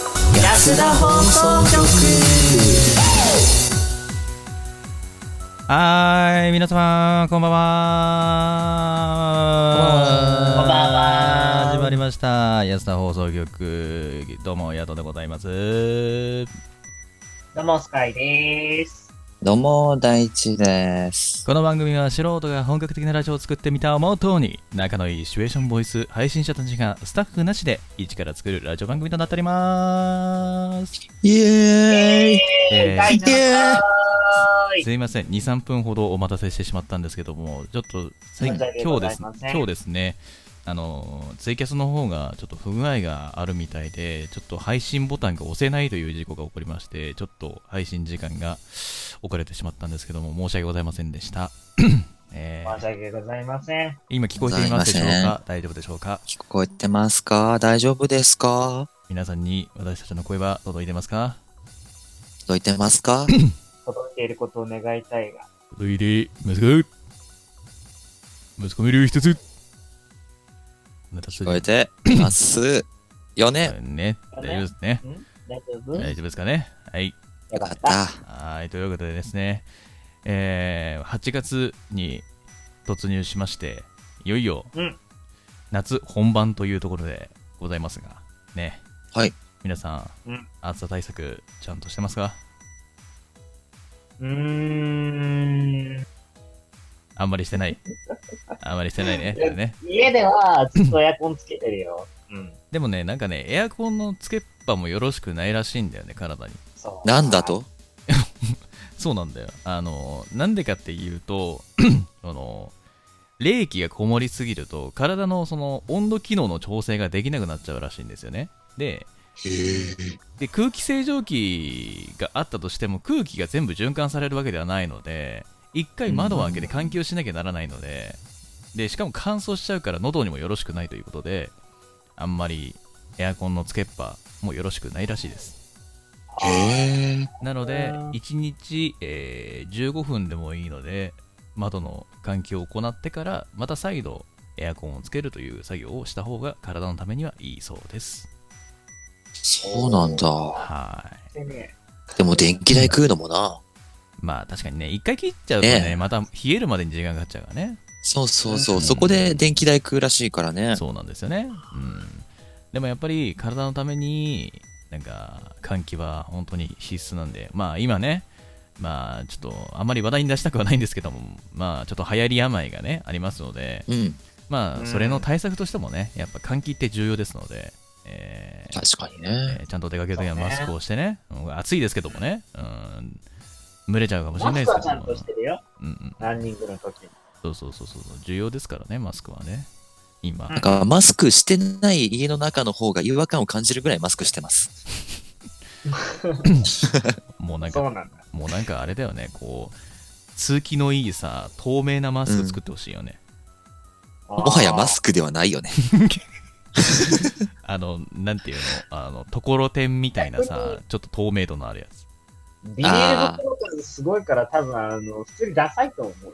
増田放送局はーい、皆様、こんばんは。こんばんは始まりました。安田放送局、どうも、ヤトでございます。どうも、スカイです。どうも大地ですこの番組は素人が本格的なラジオを作ってみたをモットーに、仲のいいシチュエーションボイス配信者たちがスタッフなしで一から作るラジオ番組となっております。イエーイえー第7回すいません、2、3分ほどお待たせしてしまったんですけども、ちょっと最問題で今ご日でざいすません今日ですね、あのツイキャスの方がちょっと不具合があるみたいで、ちょっと配信ボタンが押せないという事故が起こりまして、ちょっと配信時間が遅れてしまったんですけども、申し訳ございません でした。えー申し訳ございません。今聞こえていますでしょうございまか大丈夫でしょうか聞こえてますか大丈夫ですか皆さんに私たちの声は届いてますか届いてま すか届いていることを願いたいが。届いてますか息子見る一つ聞聞こえてますよねね、大丈夫ですね。ん大丈夫大丈夫ですかね。はい。よよかかっった。たはい、ということでですね、えー8月に突入しまして、いよいようん、夏本番というところでございますが、ね。はい。皆さん、うん暑さ対策、ちゃんとしてますかうーん。あんまりしてない。あんまりしてない ね。いやね家ではずっとエアコンつけてるよ。うん。でもね、なんかね、エアコンのつけっぱもよろしくないらしいんだよね、体に。そう。なんだとそうなんだよ。あの、なんでかっていうと、あの、冷気がこもりすぎると、体のその温度機能の調整ができなくなっちゃうらしいんですよね。で、で空気清浄機があったとしても、空気が全部循環されるわけではないので、一回窓を開けて換気をしなきゃならないので、で、しかも乾燥しちゃうから喉にもよろしくないということで、あんまりエアコンのつけっぱもよろしくないらしいです。えー、なのであー1日、えー15分でもいいので窓の換気を行ってからまた再度エアコンをつけるという作業をした方が体のためにはいいそうですそうなんだはでね、でも電気代食うのもないまあ確かにね一回切っちゃうとね、ええまた冷えるまでに時間がかかっちゃうからねそうそううそんうそこで電気代食うらしいからねそうなんですよねうんでもやっぱり体のためになんか換気は本当に必須なんでまあ今ねまあちょっとあまり話題に出したくはないんですけどもまあちょっと流行り病がねありますのでうんまうあ、んそれの対策としてもね、やっぱ換気って重要ですので、えー確かにねえーちゃんと出かけるときはそうねマスクをしてね、うん暑いですけどもね、うん、蒸れちゃうかもしれマないスでクすはちゃけどんも、としてるよ。うんうん、ランニングの時に。そうそうそうそう、重要ですからね、マスクはね、う今、んなんかマスクしてない家の中の方が違和感を感じるぐらいマスクしてますもうなんそうか、なんだ。もうなんかあれだよね、こう、通気のいいさ、透明なマスク作ってほしいよね。ももはやマスクではないよねあの、なんていうの、あの、ところてんみたい なさ、ちょっと透明度のあるやつ。ビニール袋数すごいから多分あの、普通にダサいと思うよ。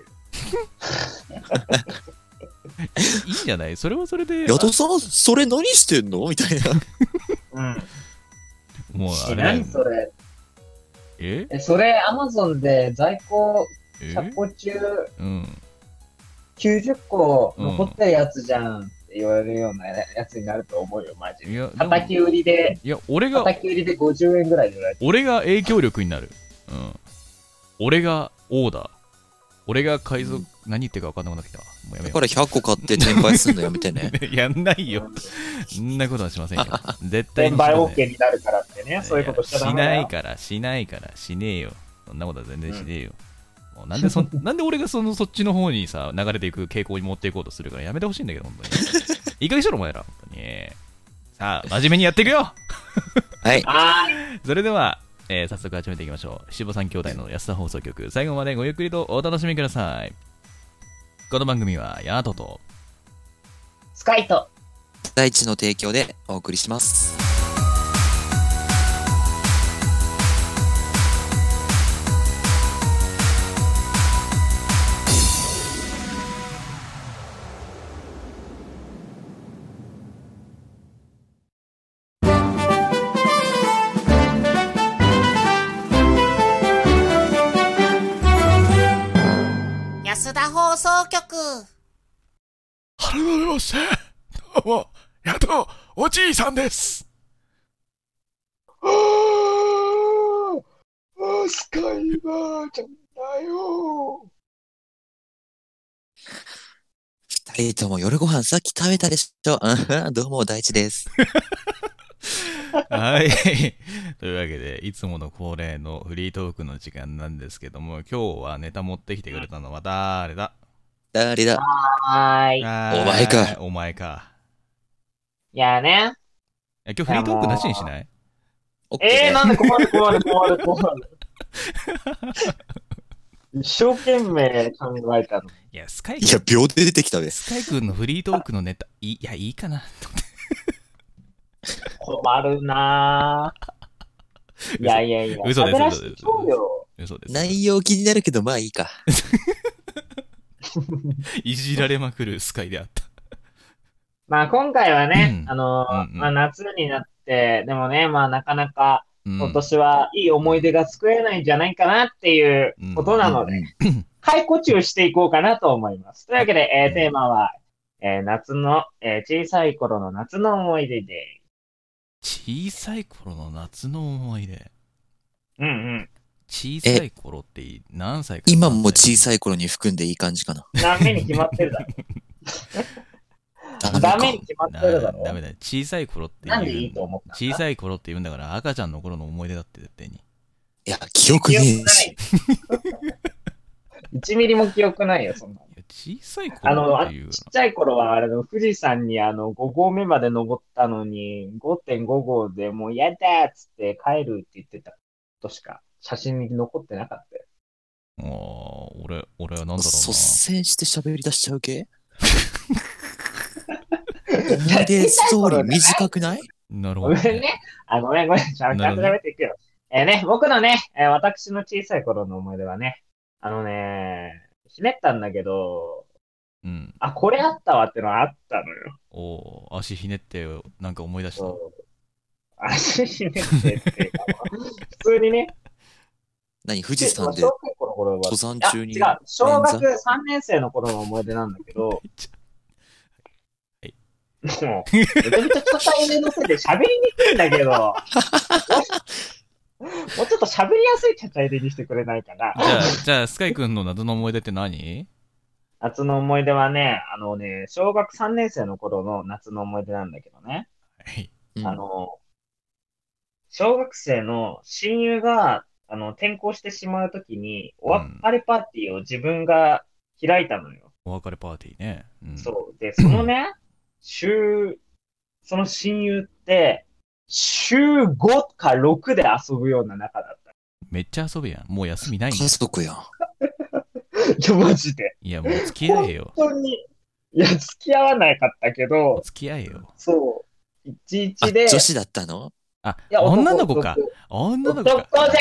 いいんじゃないそれはそれで、ヤトさん、それ何してんのみたい な。うん。もうあえれだ何よね、それええ、それ、アマゾンで在庫え100個中うん。 90個残ってるやつじゃんって言われるようなやつになると思うよ、マジいで。や、でも叩き売りで、いや、俺が、叩き売りで50円ぐらいで売られて俺が影響力になる。うん。俺がオーダー。俺が海賊、何言ってるか分かんなくなってきたわ。もうやめだよから100個買って転売すんのや めてね。う。やんないるよ。。そんなことはしませんよ。 絶対転にし売ません OK になるからってね、そういうことしちゃダメだいやしよない。から、しないから、しねえよ。そんなことは全然しねえよ。もうなんでそ んなんで俺がそのそっちの方にさ流れていく傾向に持っていこうとするからやめてほしいんだけど本当にいい加減にしろお前ら本当にさあ真面目にやっていくよはい。あーそれでは、えー早速始めていきましょう。七五三兄弟の安田放送局、最後までごゆっくりとお楽しみください。この番組は、ヤートと、スカイト。大地の提供でお送りします。改めまして、どうも、やっと、おじいさんです。ああ、確かにばあちゃんだよ。二人とも夜ご飯さっき食べたでしょ。うんどうも、大地です。はい。 というわけで、いつもの恒例のフリートークの時間なんですけども、今日はネタ持ってきてくれたのは誰だ誰だはーい。いおお前か。お前か。やね。いや今日フリートークなしにしないオッえケー、ーなんで困る困る困る困る。一生懸命考えたの。いや、スカイいや、秒で出てきたで。スカイ君のフリートークのネタ、いいや、いいかな。困るなぁ。いやいやいや、嘘です喋らせてちょうよ。そうです。内容気になるけど、まあいいか。いじられまくるスカイであった。まあ今回はね、うんあのーうんうんまあ夏になって、でもね、まあなかなかうん今年はいい思い出が作れないんじゃないかなっていうことなので、うん解雇中していこうかなと思います。というわけで、えーテーマは、えー夏の、えー小さい頃の夏の思い出で。小さい頃の夏の思い出。うんうん。小さい頃ってい何歳から今も小ささい頃に含んでいい感じかな。ダメに決まってるだろ。ダダメメにか。決まっ なてるだろ。ダメだよ。小さい頃って言うなんでいいと思った小さい頃って言うんだから赤ちゃんの頃の思い出だって絶対に。いや、記憶ねえし。 1ミリも記憶ないよ、 そんなの。いや小さいあの、頃っあていうちっちゃい頃は、あの、富士山にあの、5合目まで登ったのに、5.5合でもう嫌だっつって帰るって言ってたことしか写真に残ってなかったよ。もう俺、俺はなんだろうな。率先して喋り出しちゃ う系思い出ストーリー短くないなるごほど、めんね。あ、ごめんごめん。ちゃんちゃんと喋っていくよ。えーね、僕のね、えー私の小さい頃の思い出はね、あのね、ひねったんだけど、うん。あ、これあったわってのはあったのよ。おー足ひねってなんか思い出した。そう足ひねってっていうか普通にね、何富士山で小学校の頃は登山あ中に違う。小学3年生の頃の思い出なんだけど、もう、めちゃめちゃ硬い目のせいで喋りにくいんだけ ど、もうもうちょっと喋りやすいちゃちゃ入れにしてくれないかな。じゃあ、じゃあ、スカイ君の謎の思い出って何 夏の思い出はね、あのね、小学3年生の頃の夏の思い出なんだけどね、はい。うんあの、小学生の親友が、あの、転校してしまうときに、お別れパーティーを自分が開いたのよ。お別れパーティーね。うん、そう。で、そのね、週、その親友って、週5か6で遊ぶような仲だっめっちゃ遊ぶやん。もう休みないんだ家族やん。た。 いや、マジで。いや、もう付き合えよ。本当に。いや、付き合わなかったけど、付き合えよ。そう。いちいあ、ちで、女子だったのあい、や男女の子か。女の子か。男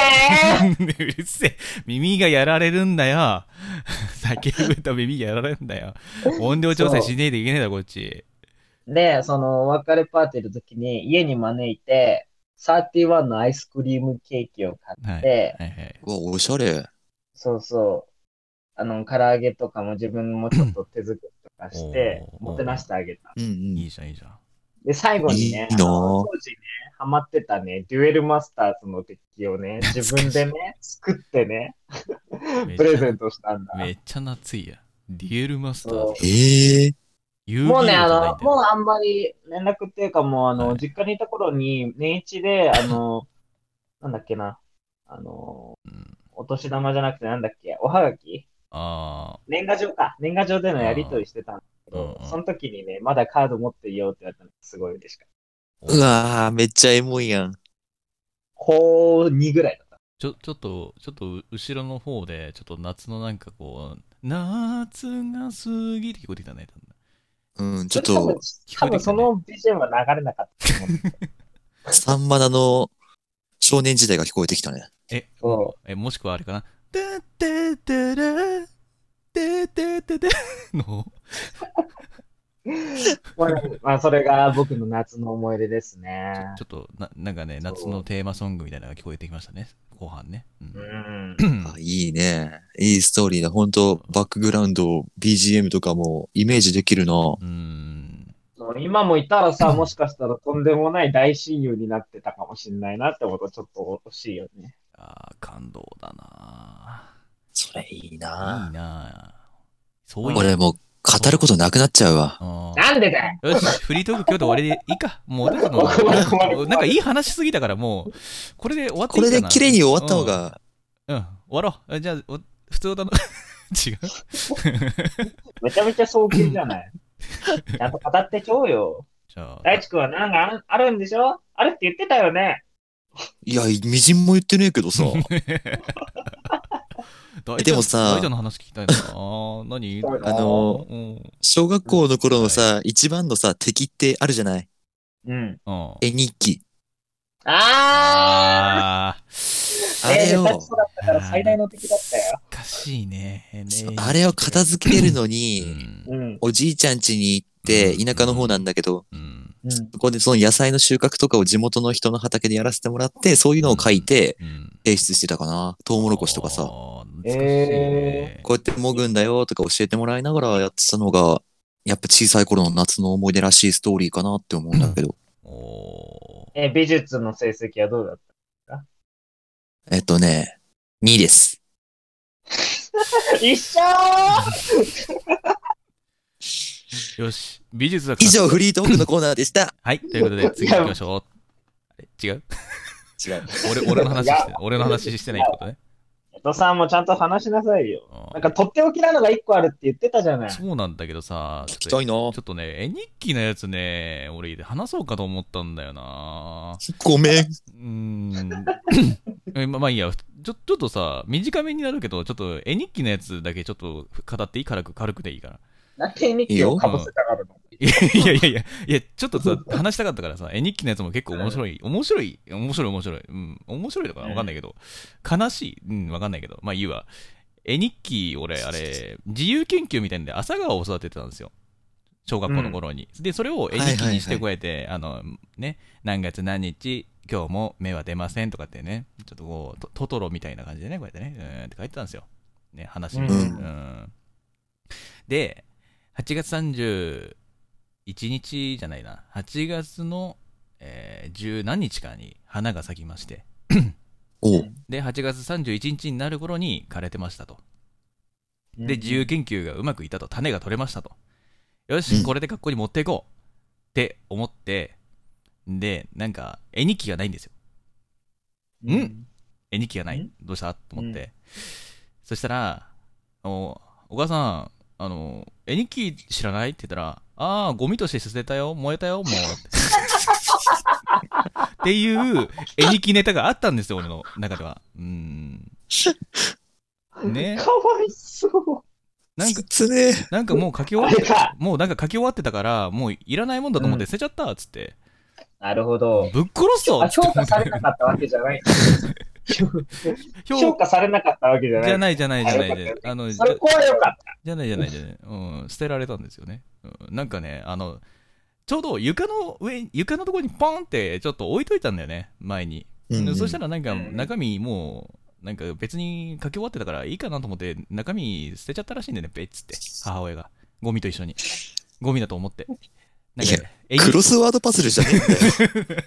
で うるせえ。耳がやられるんだよ。 叫ぶと耳がやられるん だよ。音量調整しねえといけねえだろ、こっち。で、その、お別れパーティーの時に家に招いて、31のアイスクリームケーキを買はっい。て、はいはい。うわ、おしゃれ。そうそう。あの、唐揚げとかも自分もちょっと手作りとかしてお、ーもてなしてあげた。うんうん。いいじゃん、いいじゃん。で、最後にね、いいなあぁの当時ね、ハマってたね、デュエルマスターズのデッキをね、自分 でね、作ってね、プレゼントしたんだ。めっちゃ懐いや。デュエルマスターそズ。ええ遊う戯も王うじね、ゃあないんの、だもうよ。あんまり連絡っていうかもう、あの、はい実家にいた頃に、年一で、あの、なんだっけな、あの、うんお年玉じゃなくてなんだっけ、おはがきあ年賀状か。年賀状でのやりとりしてたんだけどうん、うんその時にね、まだカード持っていようって言われたのがすごい嬉しかった。ーうわー、めっちゃエモいやん。高2ぐらいだった。ちょ、ちょっと、ちょっと、後ろの方で、ちょっと夏のなんかこう、夏が過ぎって聞こえてきたね。うん、ちょっ多分と、、多分そのビジョンは流れなかったと思うんだけサンマナの少年時代が聞こえてきたね。え、どえ、もしくはあれかな。てててれてててての。まあまあ、それが僕の夏の思い出ですちょね。ちょっとな、なんかね、そう夏のテーマソングみたいなのが聞こえてきましたね。後半ね。う。うんん。あいいね。いいストーリーだ。ほんと、バックグラウンド、BGM とかもイメージできるな。うん今もいたらさ、もしかしたらとんでもない大親友になってたかもしんないなってことちょっと惜しいよね。あー感動だなそれいいいいななそういう俺もう語ることなくなっちゃうわ。うんなんでだよよし、フリートーク今日で終わりでいいか。もうだけ ど、ごめんごめんごめんなんかいい話しすぎたから、もう、これで終わっていこいかれなで綺麗に終わった方。が、うん、うん終わろう。あじゃあ、お普通だの、 違う。めちゃめちゃ早急じゃ ない。ちゃんと語ってちょうよ。じゃあ、大地君はなんかあんあるんでしょあるって言ってたよね。いや、みじんも言ってねえけどさ。大でもさ大ちゃんの話聞きたいな。あー何そうあの、うん。うん。小学校の頃のさ、一番のさ、敵ってあるじゃないうん。あ絵日記。あああれをえー、下手くそだったから最大の敵だったよ。おかしいね。ねあれを片付けるのうに、ん。うん。おじいちゃん家に行って、田舎の方なんだけど、うん。うん。そこでその野菜の収穫とかを地元の人の畑でやらせてもらって、そういうのを書いてうん。提出してたかな。トウモロコシとかあさ。ー。懐かしいねこうやってもぐんだよとか教えてもらいながらやってたのが、やっぱ小さい頃の夏の思い出らしいストーリーかなって思うんだけど。おーえ、美術の成績はどうだっえっとね、2です。た一緒よし、美術は以上、フリートークのコーナーでした。はい、ということで次行きましょう。あれ違う違う。俺俺の話して、俺の話してないってことね。江戸さんもちゃんと話しなさいよ。あーなんか、とっておきなのが一個あるって言ってたじゃない。そうなんだけどさ、聞きちたょっいなとちょっとね、絵日記のやつね、俺話そうかと思ったんだよな。ごめん。うーんえ。ままあいいや、ちょちょっとさ、短めになるけど、ちょっと絵日記のやつだけちょっと語っていい軽く、軽くでいいから。なんで日記をかぶせたがるのいやいやいや、いや、ちょっとさ、話したかったからさ、絵日記のやつも結構面白い。面白い、面白い、面白い。うん、面白いのかなわかんないけど。悲しいうん、わかんないけど。まあいいわ。絵日記、俺、あれ、自由研究みたいなんで、朝顔を育ててたんですよ。小学校の頃に。で、それを絵日記にしてこうやって、あの、ね、何月何日、今日も目は出ませんとかってね、ちょっとこう、トトトロみたいな感じでね、こうやってね、うーんって書いてたんですよ。ね、話に。うんうんで、8月31日じゃないな、8月の、えー、十何日かに花が咲きまして、おうで、8月31日になる頃に枯れてましたと。うんで、自由研究がうまくいったと、種が取れましたと。ようし、んこれで学校に持っていこうって思って、で、なんか、絵日記がないんですよ。うん絵日記がなうんい。どうしたと思って。そしたら、おお母さん、あの、絵日記知らないって言ったら、ああ、ゴミとして捨てたよ、燃えたよ、もう。っていう絵日記ネタがあったんですよ、俺の中では。うーん。ねかわいそう。なんか、つねなんかもう書き終わあっれて、か。もうなんか書き終わってたから、もういらないもんだと思って捨てちゃった、つって。なるほど。ぶっ殺すぞあつって評思価っさてれなかったわけじゃない。評評価されなかったわけじゃじなゃい。ないじゃないじゃないあじよゃかっあの、じそゃれこはよかっじゃないじゃないじゃない。うん、捨てられたんですよね。うん、なんかね、あの、ちょうど床の上、床のところにポンってちょっと置いといたんだよね、前に。うんそしたらなんかうん中身もう、なんか別に書き終わってたからいいかなと思って、中身捨てちゃったらしいんだよね、べっつって、母親が。ゴミと一緒に。ゴミだと思って。なんか、絵ク日ロスワードパズルじゃねえんだよ。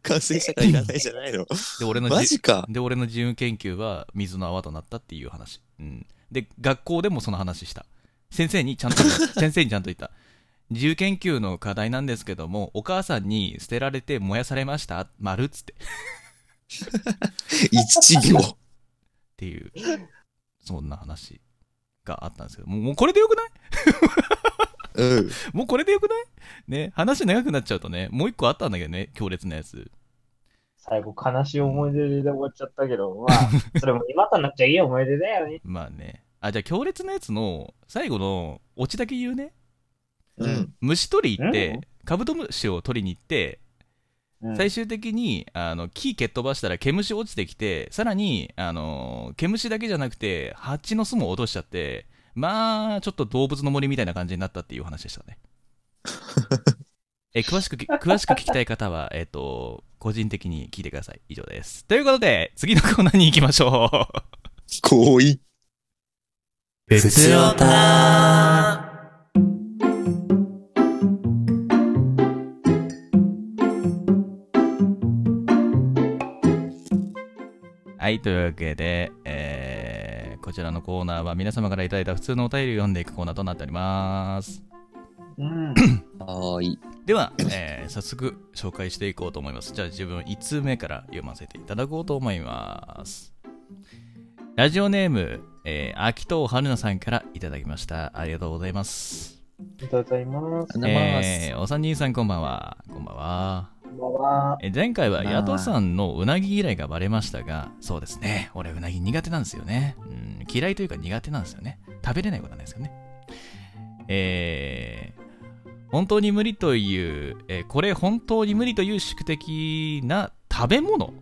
完成したからいらないじゃないの。で俺のじマジか。で、俺の自由研究は水の泡となったっていう話。うん。で、学校でもその話した。先生にちゃんと、 先生にちゃんと言った。自由研究の課題なんですけども、お母さんに捨てられて燃やされました丸っつって。っ一行。ていう、そんな話があったんですけど、もうもうこれでよくないうん。もうこれでよくないね、話長くなっちゃうとね、もう一個あったんだけどね、強烈なやつ。た。最後、悲しい思い出で終わっちゃったけど、まあ、 それも今となっちゃいい思い出だよね。まあね。あ、じゃあ強烈なやつの最後のオチだけ言うね。うん。虫取り行っうんて、カブトムシを取りに行って、うん最終的にあの木蹴っ飛ばしたら毛虫落ちてきてさらにあの毛虫だけじゃなくて蜂の巣も落としちゃってまあちょっと動物の森みたいな感じになったっていう話でしたね え詳しくき詳しく聞きたい方はえっ、と個人的に聞いてください以上ですということで次のコーナーに行きましょう行為。別オタはい、というわけで、えーこちらのコーナーは皆様からいただいた普通のお便りを読んでいくコーナーとなっております。うん。はーい。では、えー早速紹介していこうと思います。じゃあ自分1通目から読ませていただこうと思います。ラジオネーム、えー、秋藤春菜さんからいただきました。ありがとうございます。ありがとうございます。ありがとうございます。えーお三人さんこんばんは。こんばんは。こんばんは。え前回はまあヤトさんのうなぎ嫌いがバレましたが、そうですね。俺うなぎ苦手なんですよね。うん、嫌いというか苦手なんですよね。食べれないことなんですよね。えー本当に無理という、えーこれ本当に無理という宿敵な食べ物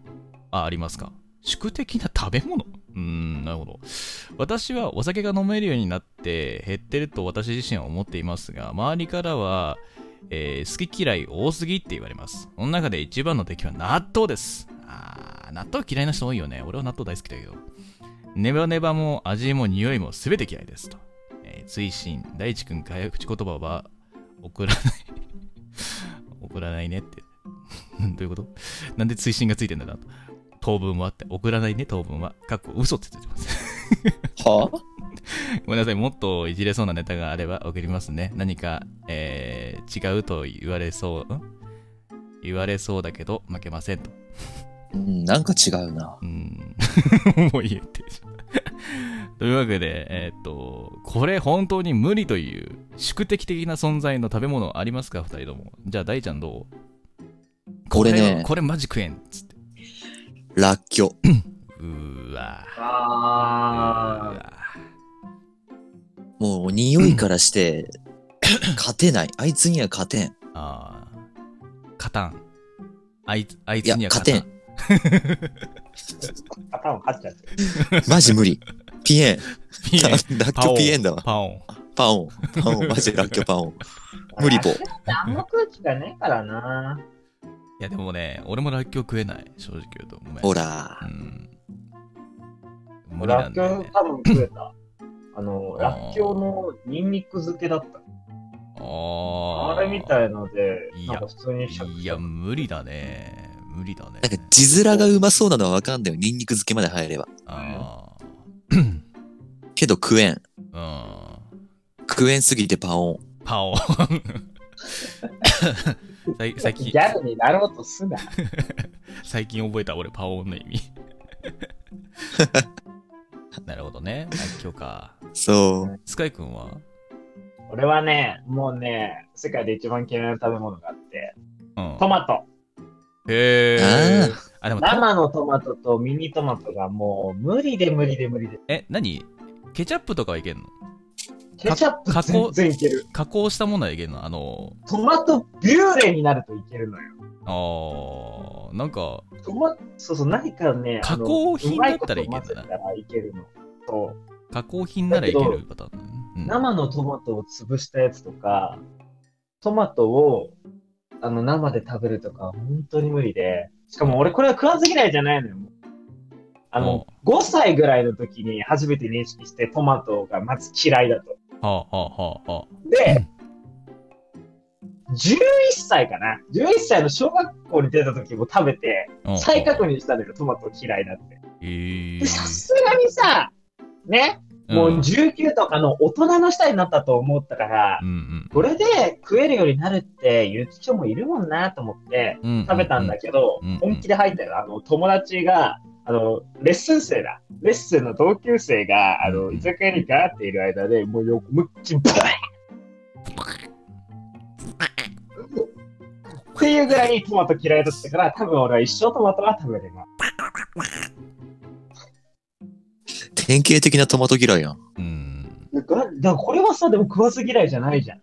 あありますか宿敵な食べ物うーん、なるほど。私はお酒が飲めるようになって減ってると私自身は思っていますが、周りからは、えー好き嫌い多すぎって言われます。その中で一番の敵は納豆です。あー、納豆嫌いな人多いよね。俺は納豆大好きだけど。ネバネバも味も匂いも全て嫌いですと。えー、追伸、大地君早口言葉は送らない。 送らないねって。 どういうことなんで追伸がついてんだなと。当分はって、送らないね、当分は。かっこ嘘ってついてます。はごめんなさい、もっといじれそうなネタがあれば送りますね。何か、えー違うと言われそう、ん言われそうだけど負けませんと。うん、なんか違うな。うーん、 もう言えてしまう というわけで、えーっと、これ本当に無理という宿敵的な存在の食べ物ありますか、二人とも。じゃあ、大ちゃんどうこれねこれマジ食えんっつって。らっきょ。うーわーうあーわもう匂いからして、勝てない。あいつには勝てん。ーあー勝たん。あいつあいいつや、には勝てんん。ー。頭勝っちゃってる。マジ無理。ピエン。ピ エンらっきょピエンだわ。パオン。パオン。パオン。マジらっきょパオン。無理ぽ。あんま空気がないからな。いやでもね、俺もらっきょう食えない、正直言うと。ごめん。ほらう。ん。無理なラッんだキよョね。多分食えた。あの、ラッキョのニンニク漬けだった。ああれみい。たいので、いやなんか普通にシャクいシャや、ク。無理だね。無理だねなん。か字面がうまそうなのはわかんないよ。ニンニク漬けまで入れば。あけど食えん。あ。うん。食えんすぎてパオン。パオン。 さい最ギ近、ャルになろうとすな。最近覚えた俺、パオンの意味。 なるほどね。らっきょうか。そう。スカイくんは俺はね、もうね、世界で一番嫌いな食べ物があって、うんト。マト。へえ。あ、でも、生のトマトとミニトマトがもう無理で無理で無理で。え、何ケチャップとかはいけんのケチャップ加工全然いける。加工したものはいけんのあの、トマトビューレになるといけるのよ。あー、なんか、トマそうそう、何かね、加工品だったらいけんるだなたらいけるの。と、加工品ならいけるパターンだね。うん生のトマトを潰したやつとか、トマトをあの生で食べるとか、本当に無理で。しかも俺これは食わず嫌いじゃないのよ。あの、5歳ぐらいの時に初めて認識してトマトがまず嫌いだと。はあ、はあはで、11歳かな。11歳の小学校に出た時も食べて、あはあ、再確認。認したのよ、トマト嫌いだって。えでさすがにさ、ね、 もううん19とかの大人の下になったと思ったから、うんこれで食えるようになるって言う人もいるもんなと思ってうん、食べたんだけけどうんうん、本気で入ったよ。あの、友達が、あの、レッスン生だ。レッスンの同級生が、あうの、ん居酒屋にガーっている間で、もう横むっちりバーンっていうぐらいにトマト嫌いだったから、多分俺は一生トマトは食べれない。典型的なトマト嫌いやん。ど。うん。だから、だからこれはさ、でも食わず嫌いじゃないじゃん。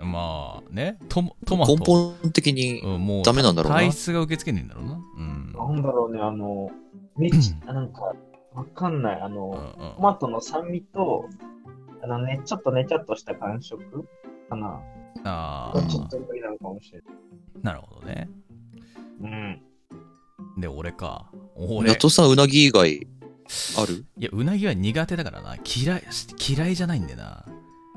まあね、トマトマト。根本的にうん、もうダメなんだろうな。体質が受け付けねえんだろうな。うん。なんだろうね、あの、めっちゃ、なんか、わかんない。あの、うんトマトの酸味と、あのね、ちょっとねちゃっとした感触かな。あちょっあ、と無理なのかもしれなるほどね。ない。で、俺か。俺。やっとさん、うなぎ以外、あるいや、うなぎは苦手だからな。嫌い、し嫌いじゃないんだよな。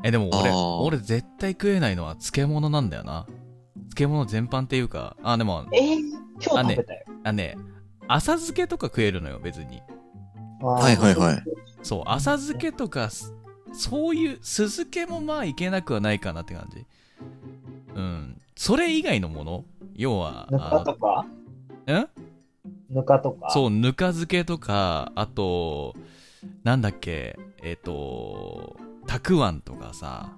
え、でもあー俺、俺絶対食えないのは漬物なんだよな。漬物全般っていうか、あ、でもうん。、えー、今日食べたよ。あ、ね、浅漬けとか食えるのよ、別に。はいはいい。はい。そう浅漬けとかすそういう酢漬けもまあいけなくはないかなって感じうんそれ以外のもの要はぬかとかあのんぬかとか。そうぬか漬けとかあとなんだっけえっ、とたくあんとかさ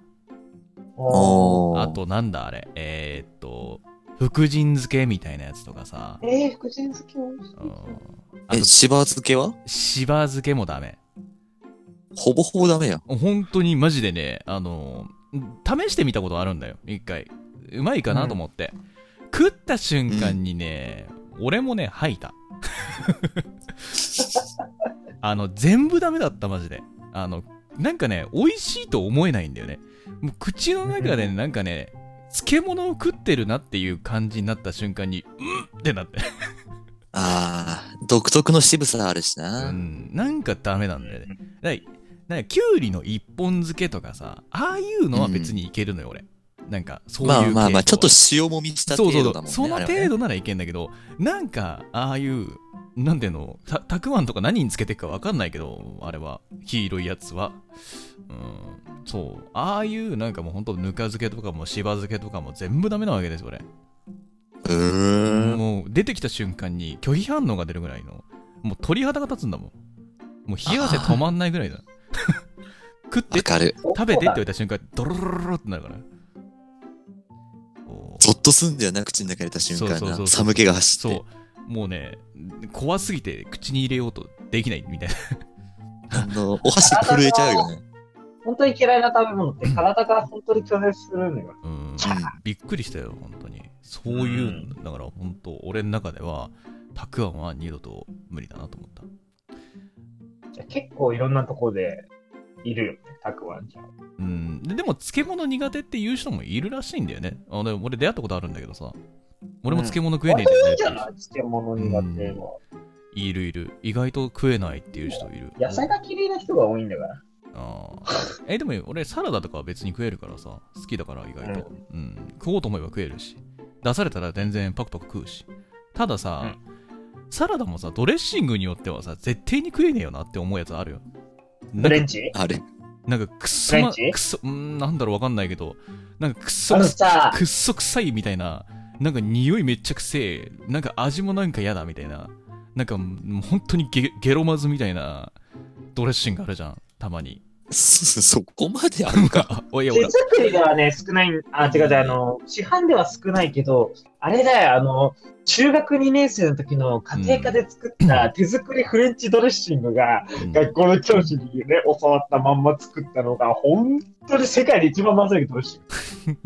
おー。あとなんだあれえっ、と福神漬けみたいなやつとかさ、えー、福神漬け美味しい。うん、あえ、としば漬けはしば漬けもダメほぼほぼダメやん。本当にマジでね、あの、試してみたことあるんだよ、一回。うまいかなと思って。食った瞬間にね、俺もね、吐い た。あの、全部ダメだった、マジで。あの、なんかね、美味しいと思えないんだよね。もう口の中でねなんかね、漬物を食ってるなっていう感じになった瞬間に、うんってなって。あー、独特の渋さあるしな。うん、なんかダメなんだよね。だいなんかきゅうりの一本漬けとかさ、ああいうのは別にいけるのよ、俺。なんかそういうまあまあまあ、系ちょっ統はと塩もみした程度だもんね。そうそうそうそのあれは程ね度ならいけんだけど、なんかああいうなんていうのたたくあんとか何につけてるかわかんないけどあれは黄色いやつはうんそうああいうなんかもうほんとぬか漬けとかもしば漬けとかも全部ダメなわけです俺、うーん。もう出てきた瞬間に拒否反応が出るぐらいのもう鳥肌が立つんだもんもう冷や汗止まんないぐらいだ食ってわかる。食べてって言われた瞬間ドロロロロってなるからおーゾッとすんじゃな、口の中に入れた瞬そうそう間そうな。そう寒気が走って。そうもうね怖すぎて口に入れようとできないみたいなあの、お箸震えちゃうよね。本当に嫌いな食べ物って体が本当に拒絶するのよ。 うんうびっくりしたよ本当にそういう、だから本当俺の中ではたくあんは二度と無理だなと思ったじゃあ結構いろんなとこでいるよね、たくあんちゃん。うんででも漬物苦手っていう人もいるらしいんだよねあでも俺出会ったことあるんだけどさ俺も漬物食えねえんだよねいいじっていゃうない漬物苦手は。人いるいる意外と食えないっていう人いる野菜が嫌いな人が多いんだから。あーえでも俺サラダとかは別に食えるからさ好きだから意外と、うん食おうと思えば食えるし出されたら全然パクパク食うしたださ、サラダもさドレッシングによってはさ絶対に食えねえよなって思うやつあるよなフんレかンチあれ。なんかくっそ、ま、フレンチくっそうーんなんだろうわかんないけどなんかくっそあくのっさ、 くっそ臭いみたいななんか匂いめっちゃくせえなんか味もなんか嫌だみたいななんかもう本当にゲゲロまずみたいなドレッシングあるじゃんたまにそ、 そこまであるか。おいや手俺作りではね、少ない、あ、違う違う、あの、市販では少ないけど、あれだよ、あの、中学2年生の時の家庭科で作った手作りフレンチドレッシングが、うん学校の教師にね、教わったまんま作ったのが、本当に世界で一番まずいドレッシング。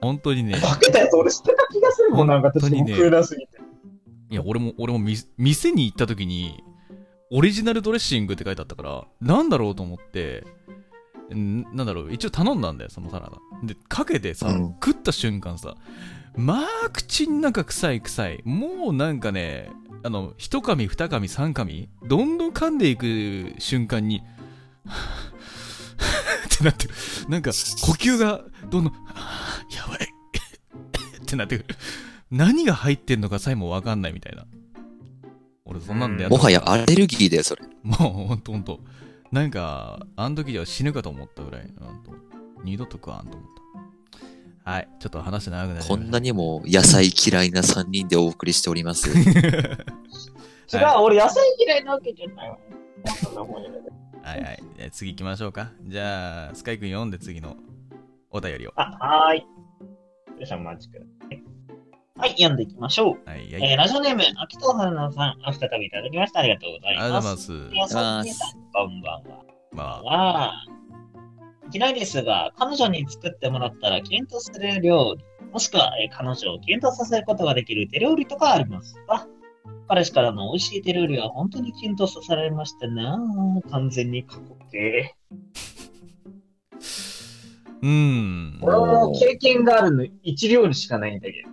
本当にね、バケたやつ俺捨てた気がするもん、なんか本当私にもね食えなすぎて。いや、俺も、俺もみ店に行った時に、オリジナルドレッシングって書いてあったから、なんだろうと思って、んなんだろう、一応頼んだんだよ、そのサラダ。で、かけてさ、うん食った瞬間さ、まあ、口の中臭い臭い。もうなんかね、あの、一噛み、二噛み、三噛み、どんどん噛んでいく瞬間に、 ってなってる。なんか、呼吸が、どんどん、 やばい。 ってなってくる。何が入ってんのかさえもわかんないみたいな。俺そんなんでやったもはやアレルギーだよ、それ。もうほんとほんと。なんか、あの時では死ぬかと思ったぐらい、うんと二度と食わんと思った。はい、ちょっと話長くなりましたこんなにも野菜嫌いな3人でお送りしてお ります。違う、は俺野菜嫌いなわけじゃないわ。そんなもんやめてはいはい。じゃあ次行きましょうか。じゃあ、スカイ君読んで次のお便りを。あ、はーい。よいしょ、マジくださいはい、読んでいきましょう。はい、はい。えーラジオネーム、秋藤春菜さん、あ再びいただきました。ありがとうございありがます。とうござい皆さん、ありがとうございますこんばんは。ます。まはいきなりですが、彼女に作ってもらったら検討する料理、もしくは、えー彼女を検討させることができる手料理とかありますか彼氏からの美味しい手料理は本当に検討させられましたなぁ完全に過去形。あ、うん。俺も経験があるの一料理しかないんだけ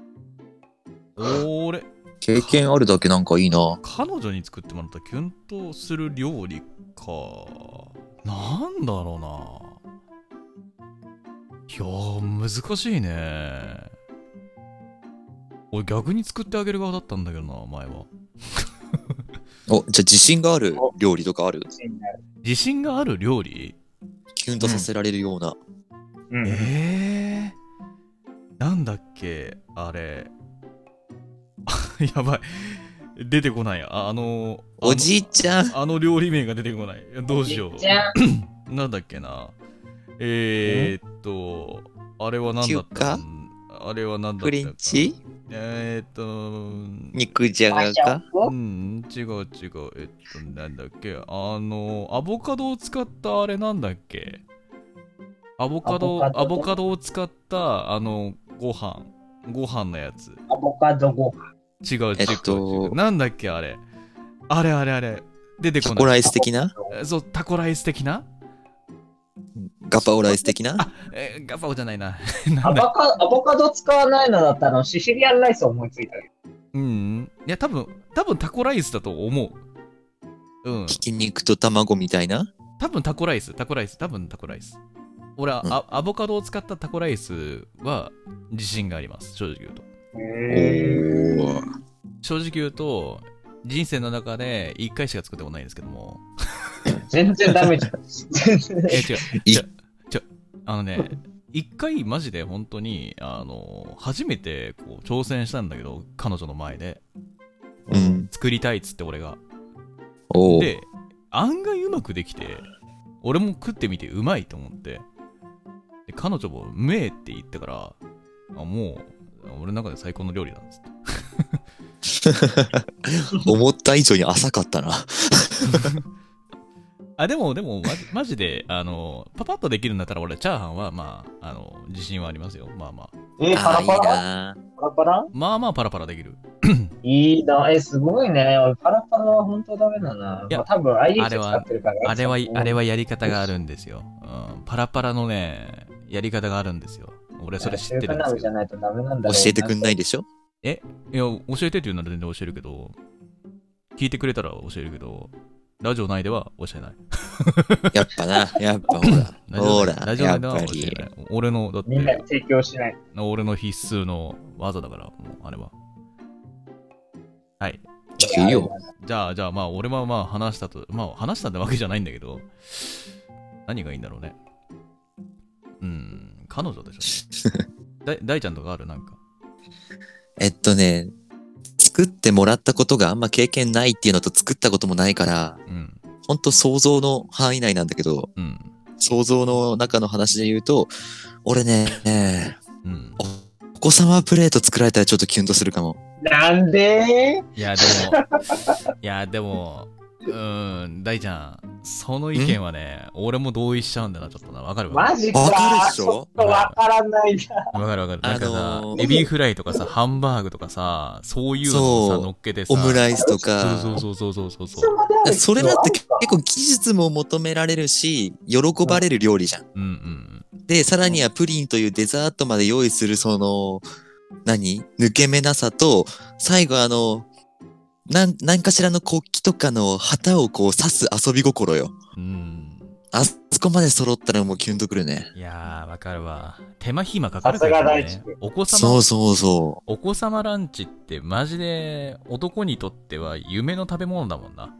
ど。俺、経験あるだけなんかいいな。彼女に作ってもらったキュンとする料理か。なんだろうな。いやー、難しいね。俺逆に作ってあげる側だったんだけどな、前は。お、じゃあ自信がある料理とかあるシーンになる。自信がある料理キュンとさせられるような。うん。えー、なんだっけあれ やばい出てこないああのあのおじいちゃん。あの料理名が出てこないどうしよじゃあうなんだっけなえー、っとあれは何だった中あれは何だったフレンチえー、っと肉じゃがかうん、違う違う。えっと、なんだっけ。あの、アボカドを使ったあれなんだっけ。アボカド、アボアボカドカドを使った、あの、ご飯。ご飯のやつ。アボカドご飯。違う違う違う。えっとなんだっけ、あれ。あれあれあれ。出てタこコなラい。イス的なそう、タコライス的なガパオライス的なえーガパオじゃないな。なアんだボカド、アボカド使わないのだったら、シシリアンライス思いついたけど。うんうん。いや、多分、多分タコライスだと思う。うん。ひき肉と卵みたいな多分タコライス、タコライス、多分タコライス。俺は、うんあアボカドを使ったタコライスは自信があります、正直言うと。お正直言うと、人生の中で1回しか作ったことないんですけども、全然ダメじゃん。全然え、違う、 い違う、違う、あのね、1回マジで本当に、あの、初めてこう挑戦したんだけど、彼女の前で、うん。作りたいっつって俺が。おーで、案外うまくできて、俺も食ってみてうまいと思って、で彼女もうめえって言ったから、あもう、俺の中で最高の料理なんですって。思った以上に浅かったな。あ、でも、でも、マジ マジで、あの、パパッとできるんだったら俺、チャーハンは、まあ、あの、自信はありますよ。まあまあ。え、パあラーいいパラなパラパラまあまあ、パラパラできる。いいな、え、すごいね。俺、パラパラは本当ダメだな。いやまあ、多分 IH あれは使ってるから。あれは、あれは。はやり方があるんですよ。うん、パラパラのね、やり方があるんですよ。俺、それ知ってるんですけじゃど。ないとダメなんだ教ろうえてくんないでしょいや、教えてって言うなら全然教えるけど、聞いてくれたら教えるけど、ラジオ内では教えない。やっぱな。やっぱほら。ラジオほら。ラジオ内やっでぱは教りえ。ない。俺の、だっみんなてに、提供しない。俺の必須の技だから、もうあれは。はい。聞くよ。じゃあ、じゃあ、まあ、俺はまあ話したと、まあ話したってわけじゃないんだけど、何がいいんだろうね。うん、彼女でし ょ。だ大ちゃんとかあるなんか。えっとね、作ってもらったことがあんま経験ないっていうのと作ったこともないから、うん、ほんと想像の範囲内なんだけど、うん、想像の中の話で言うと、俺ね、うん。お子様プレート作られたらちょっとキュンとするかも。なんでいや、でも、 いや、でも、うーん、大ちゃん、その意見はね、俺も同意しちゃうんだな、ちょっとな。わかるわかマる。ジか。わかるっしょちょっとわからないな。わかるわかる。なんかさ、あのーエビフライとかさ、ハンバーグとかさ、そういうのをさ、そう乗っけてさ、オムライスとか。そうそうそうそうそうそそう。まであるそれだって結あるか構技術も求められるし、喜ばれる料理じゃん。うんうんで、さらにはプリンというデザートまで用意する、その、何抜け目なさと、最後あの、なん、何かしらの国旗とかの旗をこう刺す遊び心よ。うん。うんあそこまで揃ったらもうキュンとくるね。いやー、わかるわ。手間暇かかるかさすがら大ね地君。お子様そうそうそお子様ランチってマジで男にとっては夢の食べ物だもんな。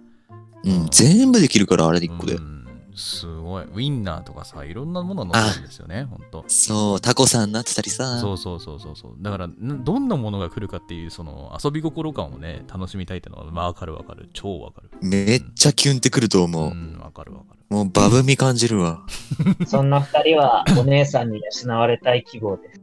う。うん、全部できるからあれ一個で。うんすごい。ウインナーとかさ、いろんなものが載ってるんですよね、ほんと。そう、タコさんになってたりさ。そうそうそうそうそう。だから、んどんなものが来るかっていう、その遊び心感をね、楽しみたいってのは、まあ、わかるわかる。超わかる。めっちゃキュンってくるとう思う。ん、わかるわかる。もうバブみ感じるわ。そんな二人はお姉さんに養われたい希望で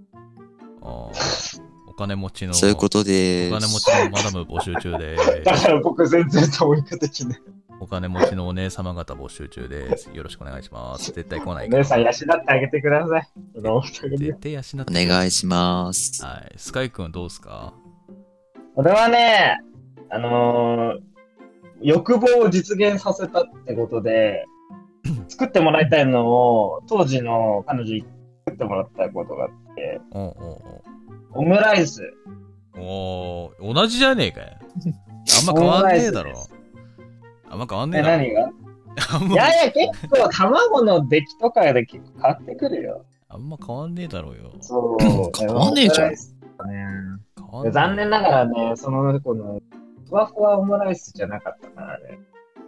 す。あーお金持ちの、そういうことおで金持ちのマダム募集中で、 だから僕全然そういう形ね。お金持ちのお姉様方募集中です。よろしくお願いします。絶対来ないおから姉さん養ってあげてください。そのお二人で絶対養って。お願いします。はい。スカイ君はどうすか俺はね、あのー欲望を実現させたってことで、作ってもらいたいのを、当時の彼女に作ってもらったことがあって、おうおオムライス。うおうおー同じじゃね えかよ。あんま変わんねえだろ。あんま変わんねえ、えだろ。何があんいまやいや、結構卵の出来とかで結構変わってくるよ。あんま変わんねえだろうよ。そう変わんねえじゃオムんライスね変わんねえ残念ながらね、その子のふわふわオムライスじゃなかったから、あれ。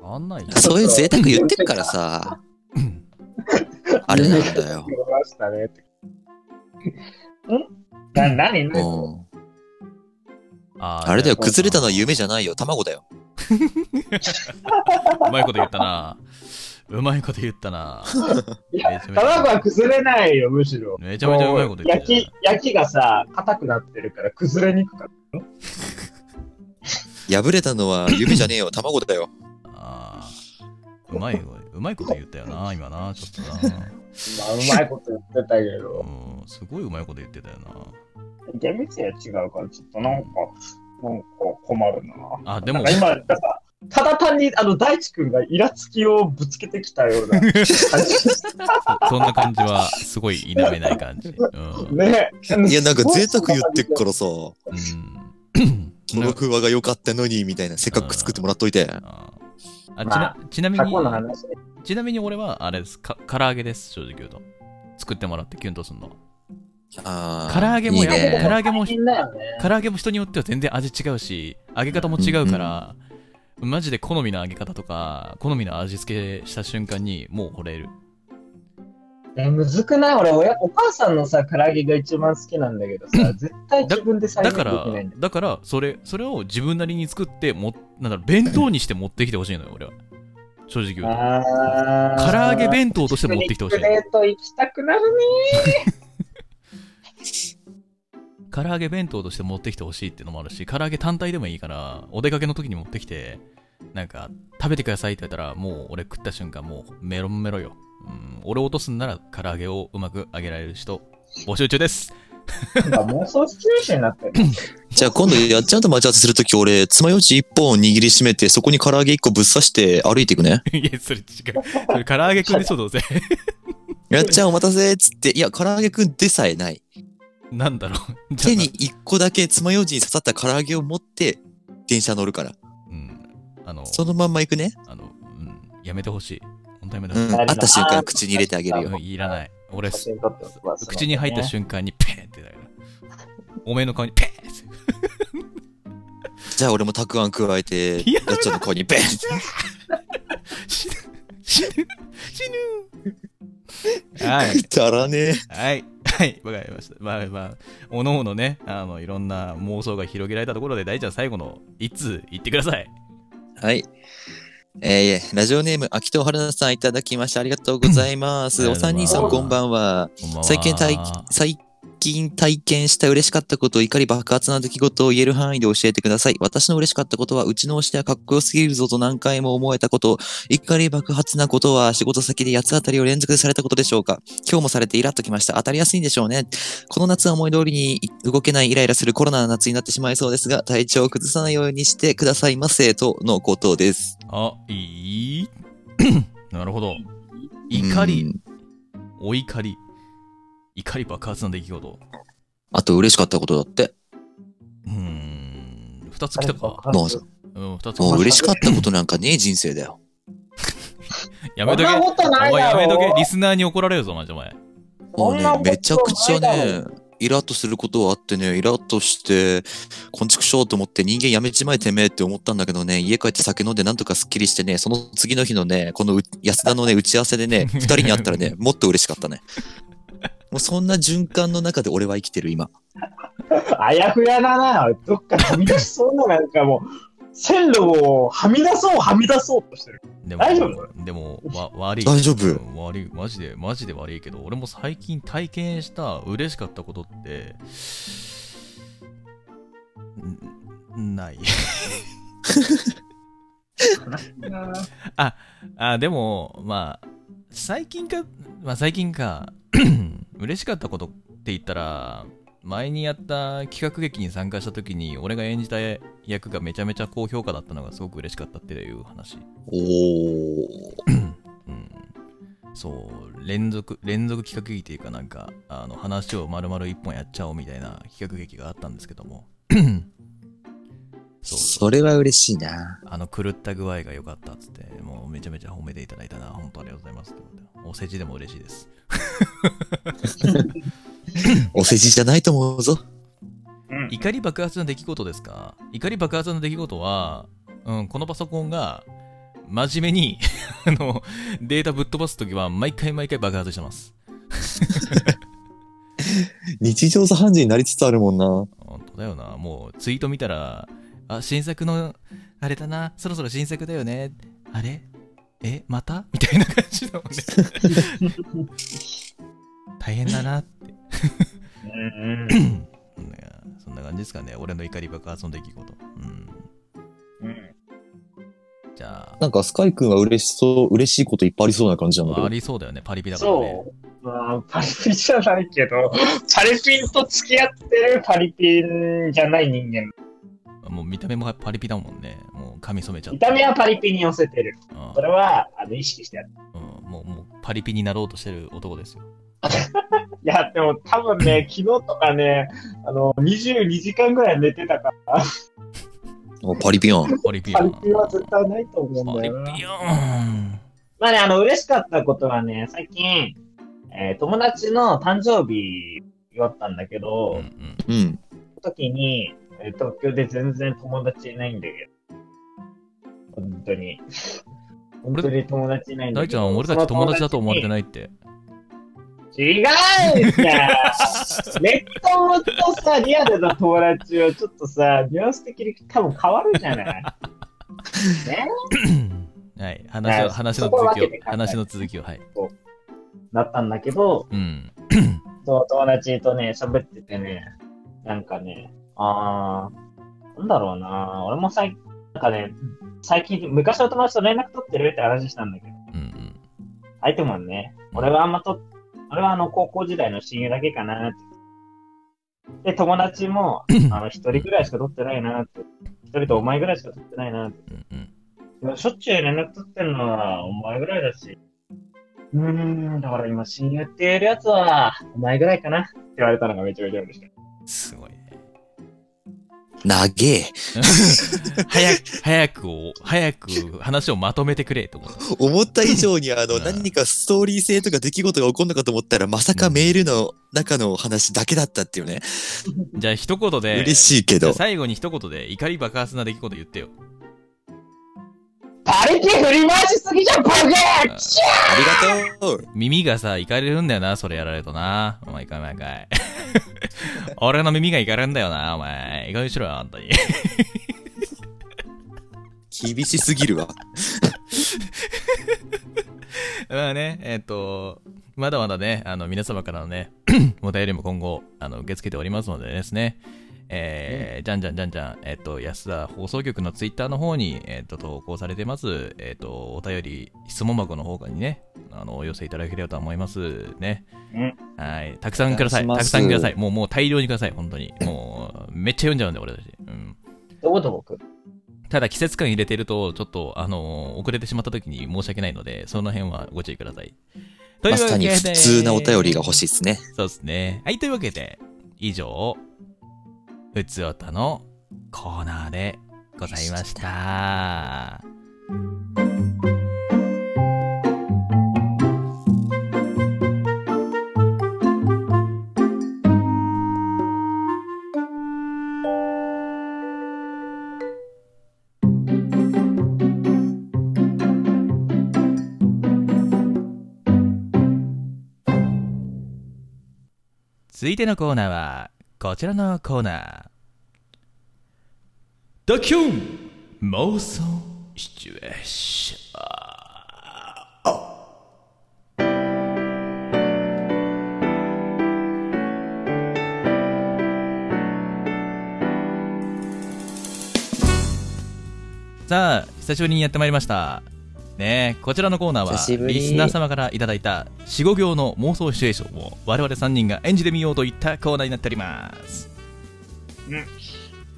あんないよ。そういう贅沢言ってるか らさ、あれなんだよ。言いましたねって。んな、なにうなにん、あーあれだよ、崩れたのは夢じゃないよ、卵だよ。うまいこと言ったな。うまいこと言ったな。いや卵は崩れないよ、むしろ。めちゃめちゃうまいこと言ってるこう焼き、焼きがさ、硬くなってるから崩れにくかっ破れたのは夢じゃねえよ、卵 だよ。あーうまい、うまいこと言ったよな、今な、ちょっとな。た。まあ、うまいこと言ってたけど、うん、すごいうまいこと言ってたよ厳密には違うから、ちょっとなんか、なんか困るな。な。あ、でもなん、か今、なんかただ単に、あの、大地君がイラつきをぶつけてきたような 感じ。そんな感じは、すごい否めない感じ。うん。ねいや、なんか贅沢言ってっからさ、こうん、の空話が良かったのに、みたいな、せっかく作ってもらっといて。ああちなちなみ過去のに、話。ちなみに俺はあれです、か唐揚げです、正直言うと。作ってもらってキュンとするのは。あ唐揚げもいいやばいね唐揚げも大変だよね。唐揚げも人によっては全然味違うし揚げ方も違うから、マジで好みの揚げ方とか好みの味付けした瞬間にもう惚れるえ、むずくない俺親、お母さんのさ、唐揚げが一番好きなんだけどさ、絶対自分で再だ現でかきならいんだよ。だからそれそれを自分なりに作ってもなんだろう弁当にして持ってきてほしいのよ俺は正直言うとあ唐ー揚げ弁当として持ってきてほしいピクニックデート行きたくなるね。唐揚げ弁当として持ってきてほしいってのもあるし唐揚げ単体でもいいからお出かけの時に持ってきてなんか食べてくださいって言ったらもう俺食った瞬間もうメロンメロよ、うん、俺を落とすんなら唐揚げをうまく揚げられる人募集中です なんか妄想シチュエーションになってる。じゃあ今度やっちゃんと待ち合わせするとき俺、爪楊枝一本握りしめて、そこに唐揚げ一個ぶっ刺して歩いていくね。いや、それ違う。それ唐揚げくんでしょ、 どうせ。やっちゃんお待たせっつって、いや、唐揚げくんでさえない。なんだろ う。手に一個だけ爪楊枝に刺さった唐揚げを持って、電車乗るから。うん。あの、そのまんま行くね。あの、うん。やめてほしい。本当やめてうほしん。ありが会とうった瞬間口に入れてあげるい。よ。うん、いらない。俺、写す真撮っておけば済む口に入ったね瞬間にペーってだから。おめえの顔にペーって。じゃあ俺もたくあん加えて、いややっちゃんの顔にベン死ぬ死ぬ死ぬ はい。くだらねえ。はい。はい。わかりました。まあまあ、おのおのね、あの、いろんな妄想が広げられたところで、大ちゃん最後の一通言ってください。はい。えー、ラジオネーム、秋藤春菜さんいただきましてありがとうございまあす。りおがとうござ三いま人すさんこんばんは。こんばんは最近体最近体験した嬉しかったこと、怒り爆発な出来事を言える範囲で教えてください。私の嬉しかったことは、うちの推しではかっこよすぎるぞと何回も思えたこと、怒り爆発なことは仕事先で八つ当たりを連続でされたことでしょうか。今日もされてイラッときました。当たりやすいんでしょうね。この夏は思い通りに動けないイライラするコロナの夏になってしまいそうですが、体調を崩さないようにしてくださいませ、とのことです。あ、い いなるほど。怒うり、んお怒り。怒り爆発の出来事。あと嬉しかったことだって。うーん、二つ来たか。どうそぞうん、二つ来もうた。嬉しかったことなんかねえ人生だよ。やめんとけな。ことないおい、だやろめとけ。リスナーに怒られるぞ、マジお前。もうそねんなこ、とめちゃくちゃないだね、イラッとすることあってね、イラッとして、こんちくしょうと思って人間やめちまえてめえって思ったんだけどね、家帰って酒飲んでなんとかすっきりしてね、その次の日のね、このう安田のね、打ち合わせで ね、二人に会ったらね、もっと嬉しかったね。もうそんな循環の中で俺は生きてる今。あやふやだな。どっかはみ出しそうな、なんかもう、線路をはみ出そう、はみ出そうとしてる。でも大丈夫でも、 わ、悪い。大丈夫うん悪い。マジで、マジで悪いけど、俺も最近体験した嬉しかったことって、んない。 あ、あ、でも、まあ、最近か、まあ最近か、 嬉しかったことって言ったら、前にやった企画劇に参加した時に、俺が演じた役がめちゃめちゃ高評価だったのがすごく嬉しかったっていう話。おー。うん。そう、連続、連続企画劇というかなんか、あの、話を丸々一本やっちゃおうみたいな企画劇があったんですけども。そう。それは嬉しいな。あの狂った具合が良かったっつって、もうめちゃめちゃ褒めていただいたな、本当ありがとうございますって思って。お世辞でも嬉しいです。お世辞じゃないと思うぞ。うん。うん。怒り爆発の出来事ですか怒り爆発の出来事は、うん、このパソコンが真面目に あのデータぶっ飛ばすときは毎回毎回爆発してます。日常茶飯事になりつつあるもんな。本当だよな。もうツイート見たら、あ、新作の、あれだな、そろそろ新作だよね。あれえ、またみたいな感じだもんね。 大変だな。うんうんそんな感じですかね。俺の怒り爆発の出来事。うん。うん。じゃあ、なんかスカイ君は嬉しそう、嬉しいこといっぱいありそうな感じなんだけあど。りそうだよね。パリピだからね。そう。まあ、パリピじゃないけ ど、パリピンと付き合ってるパリピンじゃない人間。もう見た目もパリピだもんね。もう髪染めちゃっ見た。た目はパリピに寄せてる。うんそれは、あの、意識してやる。うん、もうもうパリピになろうとしてる男ですよ。いや、でも多分 ね、昨日とかね、あの、22時間ぐらい寝てたから、おパリピヨン。パリピパよリピは絶対ないと思うんパだリよなピ。ようんまあね、あの、嬉しかったことはね、最近、えー友達の誕生日だったんだけど、うそんうん。の時に、えー東京で全然友達いないんだけど。本当に。本当に友達いないんだ大けちど。ゃん、俺たち友達だと思われてない。ないって。違うん だよネットとさ、リアルな友達はちょっとさ、ニュアンス的に多分変わるじゃない。ね はい、話をね話のそこは続分きをけて考え、て話の続きを、はい。なったんだけど、うん。そう、友達とね、喋っててね、なんかね、あー、なんだろうな、俺もさい、なんかね、最近、昔の友達と連絡取ってるって話したんだけど、うん相手もね、俺はあんまと、俺はあの、高校時代の親友だけかなって。で、友達も、あの、一人ぐらいしか取ってないなって。一人とお前ぐらいしか取ってないなって。うんうんうんでもしょっちゅう連絡取ってんのはお前ぐらいだし。うーん、だから今親友って言えるやつはお前ぐらいかなって言われたのがめちゃめちゃ嬉しかっすごいね。なげえ。早く、 早くを、早く話をまとめてくれと思った。思った以上にあうの、ん何かストーリー性とか出来事が起こるのかと思ったら、まさかメールの中の話だけだったっていうね。じゃあ、一言で、嬉しいけじゃあど。最後に一言で怒り爆発な出来事言ってよ。た。パリピ振り回しすぎじゃん、バカありがとう。耳がさ、いかれるんだよな、それやられるとな。毎回毎回。 俺の耳がいかれるんだよな、お前。いかにしろよ、あんたに。厳しすぎるわ。 まあね、えっ、と、まだまだね、あの、皆様からのね、 お便りも今後、あの、受け付けておりますのでですね、えーじゃんじゃんじゃんじゃん、えっ、と、安田放送局のツイッターの方に、えっ、と、投稿されてます、えっ、と、お便り、質問箱の方にね、あの、お寄せいただければと思いますね。はい。たくさんください。お願たくいしますさんください。もう、もう大量にください、本当に。もう、めっちゃ読んじゃうんで、俺たち。うん。どこと僕ただ季節感入れてると、ちょっと、あのー遅れてしまった時に申し訳ないので、その辺はご注意ください。というまわけでさに普通なお便りが欲しいですね。そうですね。はい、というわけで、以上、ふつおたのコーナーでございました。続いてのコーナーは、こちらのコーナー。ドキュン妄想シチュエーション。さあ、久しぶりにやってまいりました。ねえこちらのコーナー久しは、ぶりリスナー様からいただいた4、5行の妄想シチュエーションを我々3人が演じてみようといったコーナーになっております。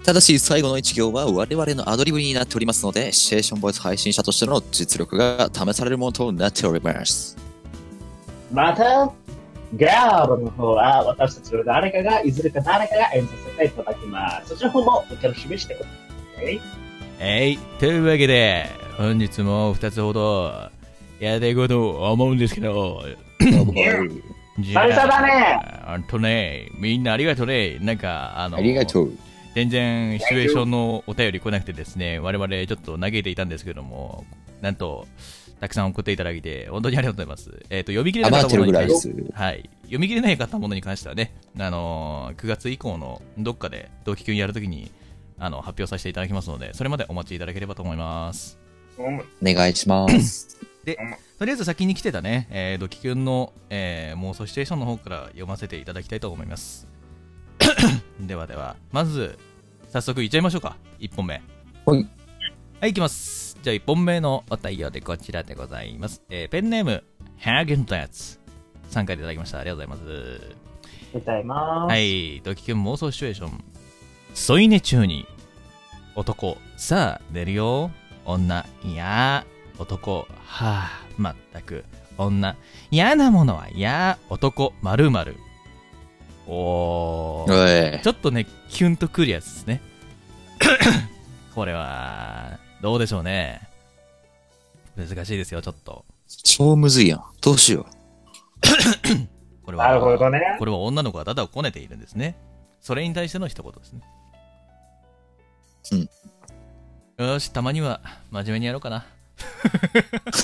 ただし、最後の一行は我々のアドリブになっておりますので、シチュエーションボイス配信者としての実力が試されるものとなっております。また、ガールの方は私たちの誰かが、いずれか誰かが演じさせていただきます。そちらの方もお楽しみにしてください。えい、というわけで、本日も2つほどやっていこうと思うんですけど、どうも久々だねあんとね、みんなありがとうね。なんか、あの、ありがとう。全然シチュエーションのお便り来なくてですね、我々ちょっと嘆いていたんですけども、なんと、たくさん送っていただいて、本当にありがとうございます。えっ、と、読み切れなか余っったもてるのぐにらい関でしてす。はい、読み切れなかったものに関してはね、あのー9月以降のどっかで同期君やるときにあの発表させていただきますので、それまでお待ちいただければと思います。お前お願いします。とりあえず先に来てたね、えー、ドキくんの、えー妄想シチュエーションの方から読ませていただきたいと思います。 ではでは、まず、早速いっちゃいましょうか。1本目。はい。はい、いきます。じゃあ1本目のお対応でこちらでございます。えーペンネーム、ハーゲンダッツ。参加いただきました。ありがとうございます。出たいまーはす。い、ドキくん妄想シチュエーション。添い寝中に。男、さあ、寝るよ。女、いやー。男、はあ、まったく。女、嫌なものは嫌。男、まるまる。おおー。い。ちょっとね、キュンとくるやつですね。 これは、どうでしょうね。難しいですよ、ちょっと。超むずいやん。どうしよこれはなるほどね。これは女の子がだだをこねているんですね。それに対しての一言ですね。うん。よーし、たまには真面目にやろうかな。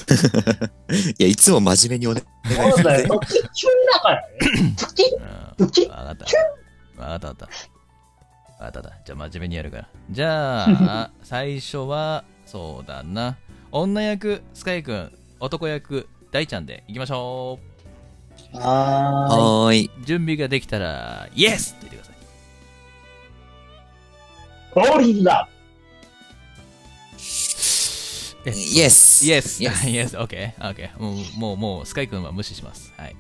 う。いや、いつも真面目におね。そうだよ。時急だからね。時うん。わウキかった。わかったわかった。わかったわかった。じゃあ真面目にやるから。じゃ あ、最初は、そうだな。女役、スカイくん。男役、大ちゃんでいきましょう。あはーい。準備ができたら、イエスって言ってくださー。い。オーリーだえイエス。イエス、イエ Yes ス、 オッケー、オッケー。もう、もう、もう、スカイ君は無視します。はい。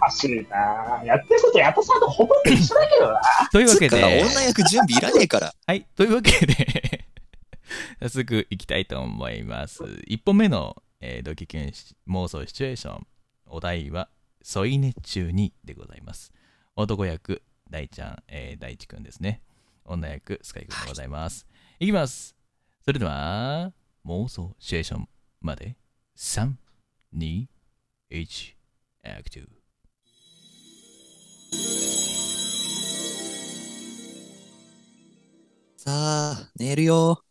走るなーやってることやっぱさんとほとんど一緒だけどな。というわつけっかで、女役準備いらねえから。はい。というわけで、 早速行きたいと思います。1本目の、えードキキュンし妄想シチュエーション、お題は、添い寝中にでございます。男役、大ちゃん、えー大地くんですね。女役、スカイくんでございます。いきます。それでは、妄想シチュエーションまで、3、2、1、アクティブ。さあ、寝るよ。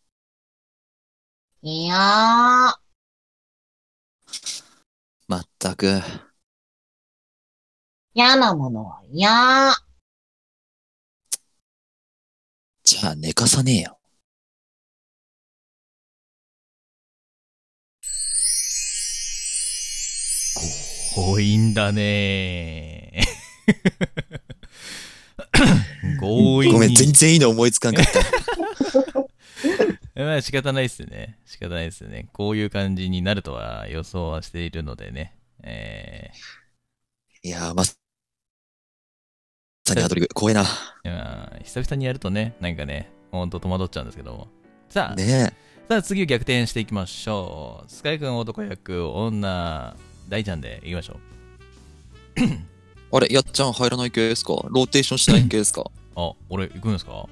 いやー、まったく。嫌なものは嫌。あじゃあ寝かさねえよ。強引だね強引に ごめん、全然いいの思いつかんか った。まあ仕方ないっすね仕方ないっすねこういう感じになるとは予想はしているのでねえいやー、まさにアドリブ。怖えな。ーまあ久々にやるとねなんかねほんと戸惑っちゃうんですけどもさあ、ねさあ次逆転していきましょうスカイ君男役女大ちゃんでいきましょうえ。あれ、やっちゃん入らない系ですかローテーションしない系ですかあ俺行くんですか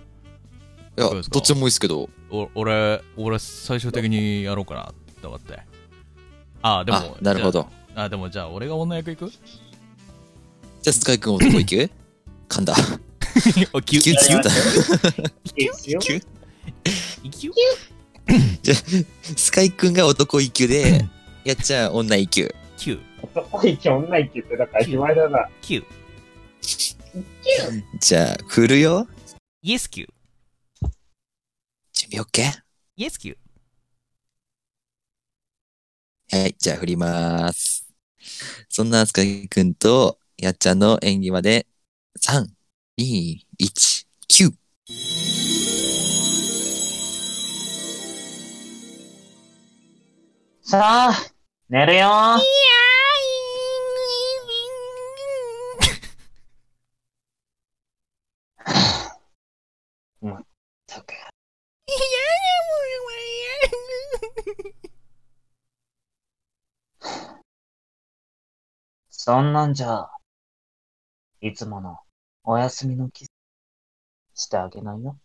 いや、そうですかどっちでもいいですけど。お俺俺最終的にやろうかなと思ってああであも、なるほど。あ、でもじゃあ俺が女役行くじゃあ、スカイ君男いけ噛んだ。 おきキュッキュッだ。いいですよ。キュッいきよスカイ君が男一級で、やっちゃん女一級。きゅう男いけ女いけって、だから暇だ な。きゅうじゃあ、振るよ。イエスきゅう準備 OK? イエスきゅうはい、じゃあ振りまーす。そんなスカイくんとやっちゃんの演技まで、3、2、1、9。さあ、寝るよー。まったく。そんなんじゃ、いつものお休みのキスしてあげないよ。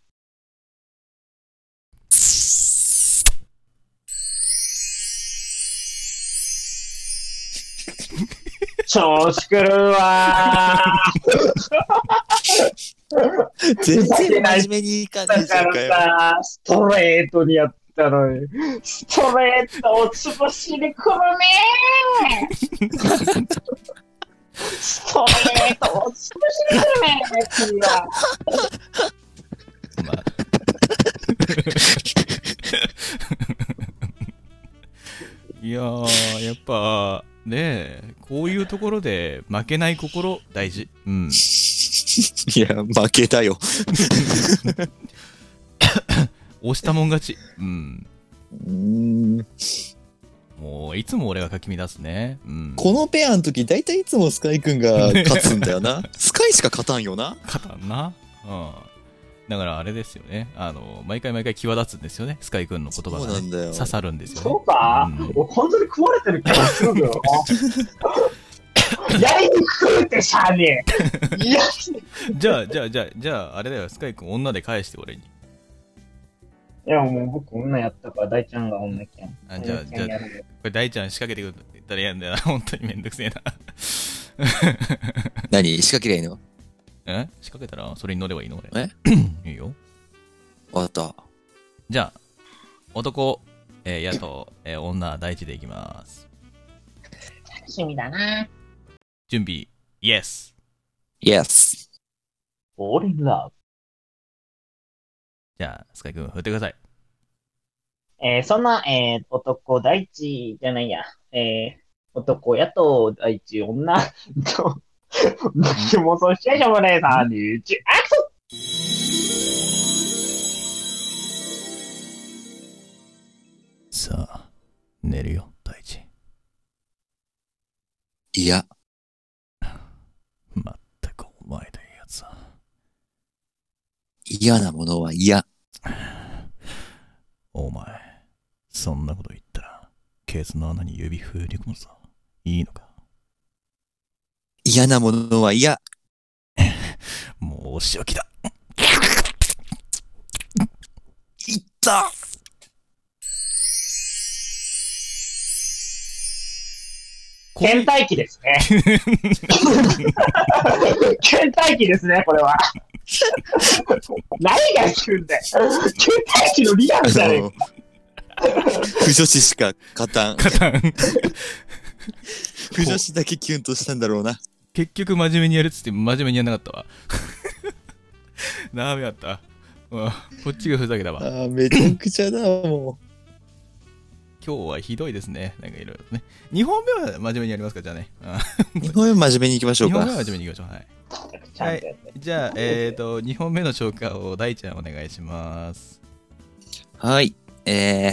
調子狂うわ全然真面目にいかー。ないだじゃかんかよ。らさ、ストレートにやったのに、ストレートを潰しに来るねー。ストレートを潰しに来るねー、君は。まあいやーやっぱねえこういうところで負けない心大事うんいや、負けたよ。押したもん勝ちうんうんもういつも俺がかき乱すねうんこのペアの時、だいたいいつもスカイくんが勝つんだよ な。スカイしか勝たんよな。肩なうんだからあれですよねあの毎回毎回際立つんですよねスカイ君の言葉そうが、なね、んだよ。刺さるんですよ、ね、そうか、うん俺本当に食われてる気がするんだ よな。やりにくいってしゃあね え。いや、いじゃあじゃあじゃあじゃああれだよスカイ君女で返して俺にやもう僕女やったから大ちゃんが女キャン。あじゃあ女キャンじやゃあるよこれ大ちゃん仕掛けてくるって言ったら嫌んだよな本当にめんどくせえな何仕掛けりゃいいのえ仕掛けたらそれに乗ればいいの俺え いいよわかった。じゃあ男、えー、矢と、えー女第一でいきます楽しみだな。準備イエス Yes。 All in love。じゃあスカイ君振ってくださいえーそんな、えー男第一じゃないや。えー男やと第一女と、もうそしてしょうもねえさんに、アクソさあ寝るよ第一いや、まったくお前というやつは嫌なものは嫌。お前そんなこと言ったらケツの穴に指振り込むぞいいのか嫌なものは嫌。もうお仕置きだいった倦怠期ですね。倦怠期ですね、これは。何が言うんだよ。倦怠期のリアルじゃね えか。不女子しか勝たん。肩不女子だけキュンとしたんだろうな。結局真面目にやるっつって真面目にやんなかったわ ダメだったうんこっちがふざけたわああ、めちゃくちゃだ、も今日はひどいですねなんかいろいろとね2本目は真面目にやりますかじゃあねう。日本目真面目に行きましょ2う本か目。は真面目にいきましょうはいちゃんとやってじゃあえっ、ー、と2本目の紹介を大ちゃんお願いしますはい。え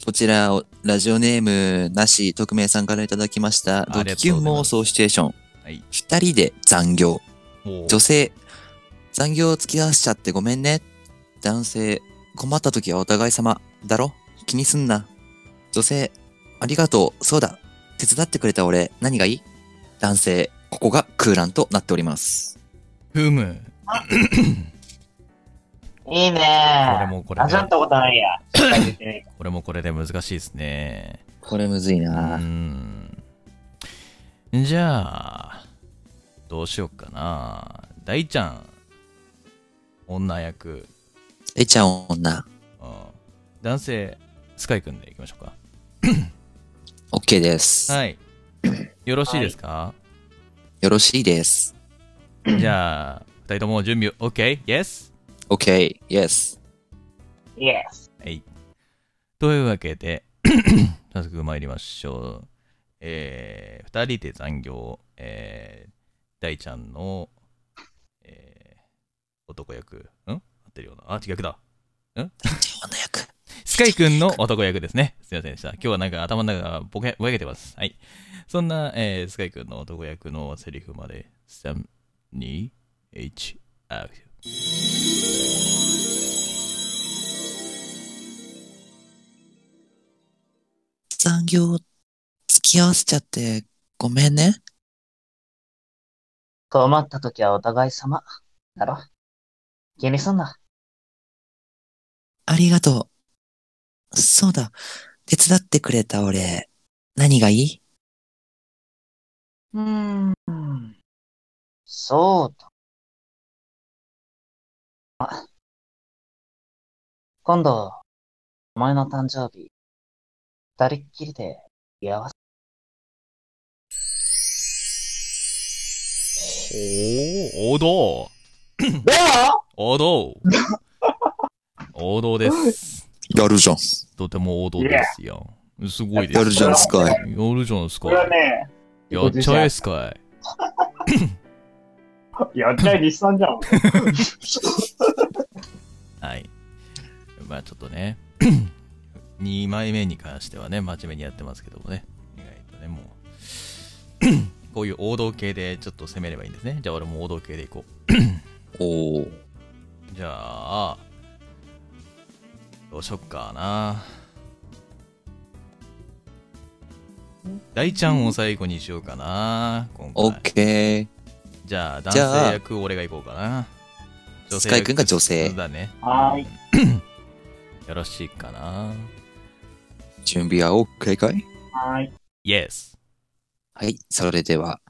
ー、こちらを、ラジオネームなし、匿名さんからいただきました。あドりがキとうュごンざい妄ます想シチュエーション。はい二人で残業。お女性、残業付き合わせちゃってごめんね。男性、困った時はお互い様。だろ気にすんな。女性、ありがとう。そうだ。手伝ってくれた俺、何がいい男性、ここが空欄となっております。ふむいいねこれー。もこれあ、でちゃったことないや。しっかり出てないこれもこれで難しいですねこれむずいうな、んじゃあどうしよっかな大ちゃん女役えちゃん女。うん男性スカイくんでいきましょうか OK です、はいよろしいですか、よろしいです。じゃあ2人とも準備 OK?Yes? OK。Yes。イエス。はいというわけで 早速参りましょうえー、2人で残業えー、大ちゃんのえー、男役ん合ってるようなあ逆だ女役。スカイくんの男役ですね。すいませんでした。今日はなんか頭の中がボケ、ぼやけてます。はい。そんな、えースカイくんの男役のセリフまで、3、2、1、アクション。残業付き合わせちゃってごめんね。困った時はお互い様。だろ気にすんな。ありがとう。そうだ。手伝ってくれた俺、何がいいうーん。そうだ。あ今度、お前の誕生日、二人っきりで、居合わせ、おお、王道。どう王道。王道です。やるじゃん。とても王道ですよ。すごいです。やるじゃん、スカイ。やるじゃんすかこれ。はね、やっちゃえすかい。やっちゃい日産じゃん。はい。まあちょっとね、2枚目に関してはね、真面目にやってますけどもね、意外とね、もう、こういう 王道系でちょっと攻めればいいんですね。じゃあ俺も王道系でいこおお。う。じゃあ、どうしよっかな。大ちゃんを最後にしようかな。今オ回ッ。ケじゃあ、男じゃあ性役俺がいこうかな。女性スカイ君が女役性だね。はーいうん。よろしいかな。ー。準備はオッケーかいはーい。 Yes。はい、それでは。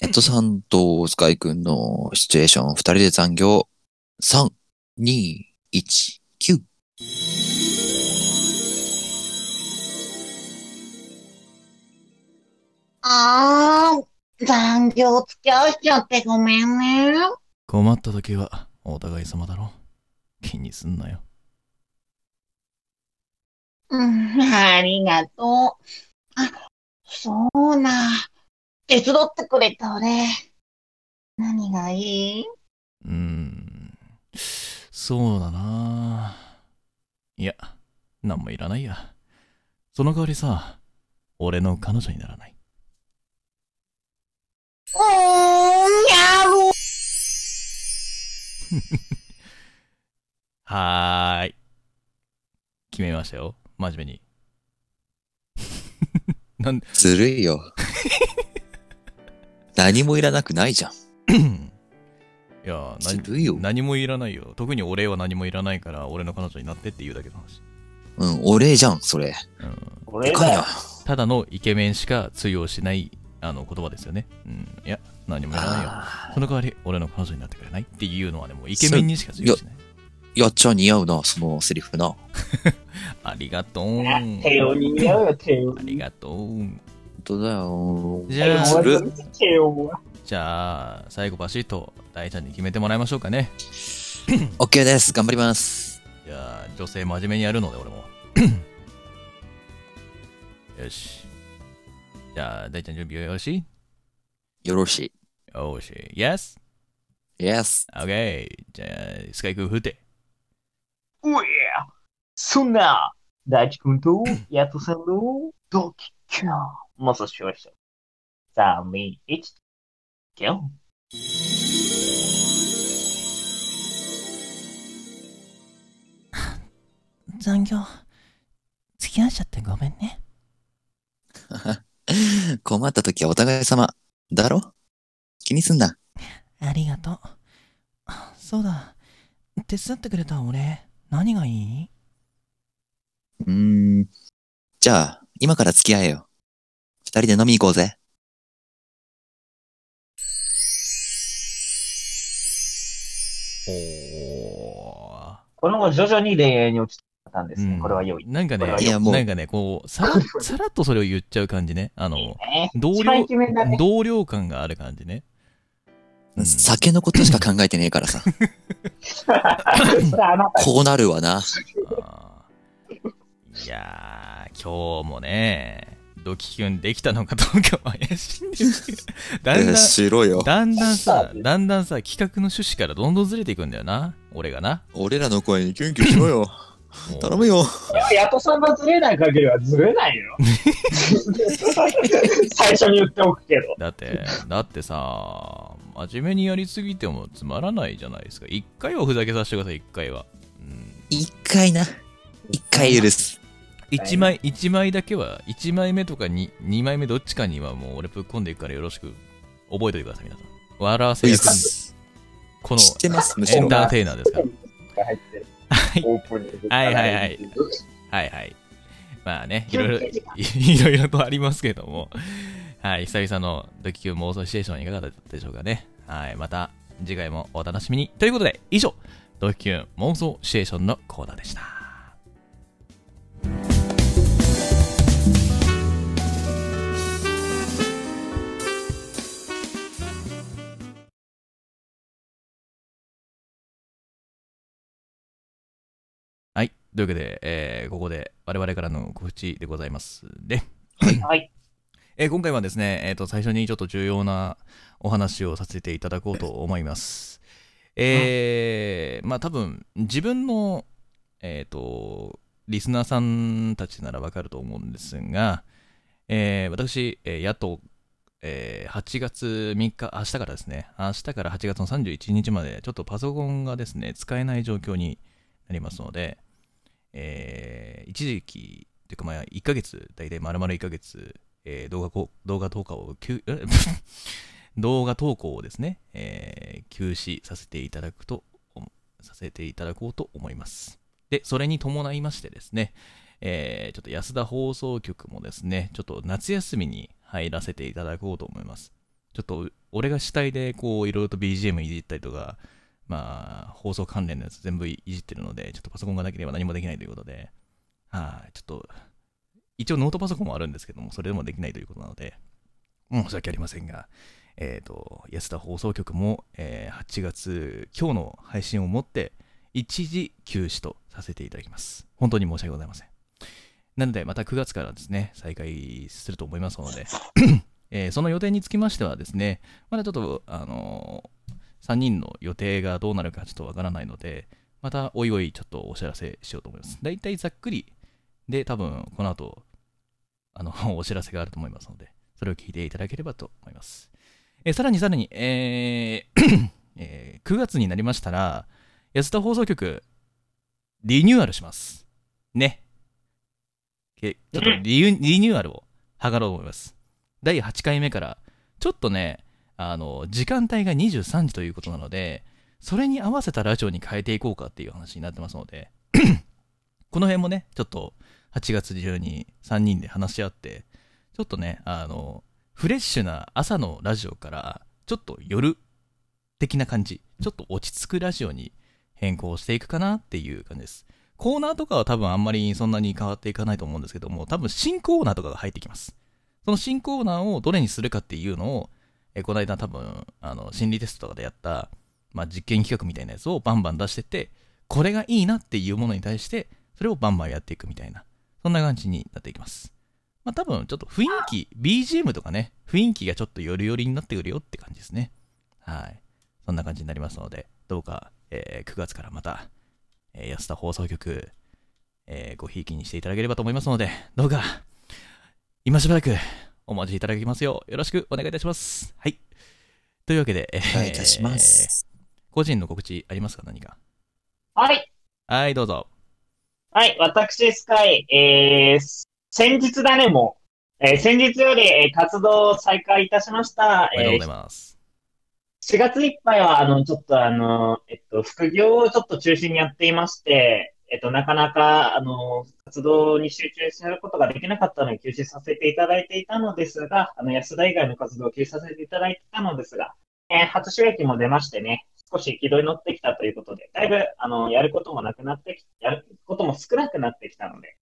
やっとさんとスカイくんのシチュエーション、二人で残業。3、2、1、9。あー、残業付き合わしちゃってごめんね。困った時はお互い様だろ。気にすんなよ。うん、ありがとう。あ、そうな。手伝ってくれた俺。何がいいうーん。そうだな。いや、なんもいらないや。その代わりさ、俺の彼女にならない。うーん、やる。はーい。決めましたよ。真面目 に。なんで、ずる いよ。何もいらなくないじゃん。いや、ずるいよ何何もいらないよ。特にお礼は何もいらないから、俺の彼女になってって言うだけの話。うん、お礼じゃん、それ。うん、俺でかいだよな。。ただのイケメンしか通用しないあの言葉ですよね。うん、いや、何もいらないよ。あその代わり、俺の彼女になってくれないっていうのはね、もうイケメンにしか通用しない。ーやっちゃん似合うな、そのセリフな。ありがとう。あ帝王に似合うよ、帝王あ。りがとう。本当だよ。じゃずあ、る帝王は。じゃあ、最後バシッと大ちゃんに決めてもらいましょうかね。オッケーです。頑張ります。じゃあ、女性真面目にやるの で、俺も。よし。じゃあ、大ちゃん準備よろしいよろしよし。Yes? い。Yes。 OK。じゃあ、スカイ君振って。うえそんな、大地君 と、ヤトさんの、ドキキャン。もうそしましょう。3、2、1、キャン。残業付き合っちゃってごめんね困った時はお互い様。だろ気にすんな。ありがとうあそうだ手伝ってくれた俺何がいいうーん。じゃあ、今から付き合えよ。二人で飲み行こうぜ。おー。この後徐々に恋愛に落ちてたんですね。うんこれは良い。なんかこれねは、良いいやもうなんかね、こう、さらさらっとそれを言っちゃう感じね。あの、ね同一番僚イ、ケメンだね。同僚感がある感じね。うん酒のことしか考えてねえから さ。それあなた。こうなるわな。あーいやー、今日もね、ドキキュンできたのかどうかは怪しいんですけど、だんだん、しろよ。だんだんさ、だんだんさ、企画の趣旨からどんどんずれていくんだよな、俺がな。俺らの声にキュンキュンしろよ。もう 頼むよ。ヤトさんがずれない限りはずれない よ。最初に言っておくけど。だって、だってさ、真面目にやりすぎてもつまらないじゃないですか。一回はふざけさせてください、一回は。うん一回な。一回許す。一枚、一枚だけは、一枚目とかに、二枚目どっちかにはもう俺ぶっ込んでいくからよろしく覚えておいてください、皆さん。笑わせうい役っにすこの知ってます、むしエンろ。ターテイナーですから。入ってるいオープンにはいはいはいはいはい。まあね、いろいろ、 気をつけていろいろとありますけども。はい、久々のドキキュン妄想シチュエーションいかがだったでしょうかね。はい、また次回もお楽しみに。ということで、以上、ドキキュン妄想シチュエーションのコーナーでした。はい。というわけで、えーここで我々からの告知でございますね。はい。えー今回はですね、えーと、最初にちょっと重要なお話をさせていただこうと思います。えーまあ多分、自分の、えっ、と、リスナーさんたちならわかると思うんですが、えー私、えーやっと、えー8月3日、明日からですね、明日から8月の31日まで、ちょっとパソコンがですね、使えない状況になりますので、えー一時期、というかまあ1ヶ月、大体丸々1ヶ月、えー動画こ動画投稿を休、 え動画投稿をですね、えー休止させていただくと、おさせていただこうと思います。で、それに伴いましてですね、えーちょっと安田放送局もですね、ちょっと夏休みに入らせていただこうと思います。ちょっと、俺が主体で、こう、いろいろと BGM いじったりとか、まあ、放送関連のやつ全部いじってるので、ちょっとパソコンがなければ何もできないということで、はい、ちょっと、一応ノートパソコンはあるんですけども、それでもできないということなので、申し訳ありませんが、えっ、と、安田放送局も、えー8月、今日の配信をもって、一時休止とさせていただきます。本当に申し訳ございません。なので、また9月からですね、再開すると思いますので、 えーその予定につきましてはですね、まだちょっと、あの3人の予定がどうなるかちょっとわからないので、またおいおいちょっとお知らせしようと思います。だいたいざっくりで、多分この後、あの、お 知らせがあると思いますので、それを聞いていただければと思います。えーさらにさらに、えー えー9月になりましたら、安田放送局、リニューアルします。ね。けちょっとリユリニューアルを図ろうと思います。第8回目から、ちょっとね、あの、時間帯が23時ということなので、それに合わせたラジオに変えていこうかっていう話になってますので、 この辺もね、ちょっと8月中に3人で話し合って、ちょっとね、あの、フレッシュな朝のラジオから、ちょっと夜的な感じ、ちょっと落ち着くラジオに変更していくかなっていう感じです。コーナーとかは多分あんまりそんなに変わっていかないと思うんですけども、多分新コーナーとかが入ってきます。その新コーナーをどれにするかっていうのを、えこの間多分、あの、心理テストとかでやった、まあ、実験企画みたいなやつをバンバン出してって、これがいいなっていうものに対して、それをバンバンやっていくみたいな、そんな感じになっていきます。まあ、多分、ちょっと雰囲気、BGM とかね、雰囲気がちょっとよりよりになってくるよって感じですね。はい。そんな感じになりますので、どうか、えー9月からまた、えー安田放送局、えーごひいきにしていただければと思いますので、どうか、今しばらくお待ちいただきますよう、よろしくお願いいたします。はい。というわけで、えーお願いいたします。個人の告知ありますか何かはい。はい、どうぞ。はい、私、スカイ、えー、先日だね、もう。えー先日より、えー活動を再開いたしました。おめでとうえござーいます。 4月いっぱいは、あの、ちょっとあの、えっと、副業をちょっと中心にやっていまして、えっと、なかなか、あの、活動に集中することができなかったので、休止させていただいていたのですが、あの、安田以外の活動を休止させていただいていたのですが、えー初収益も出ましてね、少し軌道に乗ってきたということで、だいぶ、あの、やることもなくなってき、やることも少なくなってきたので、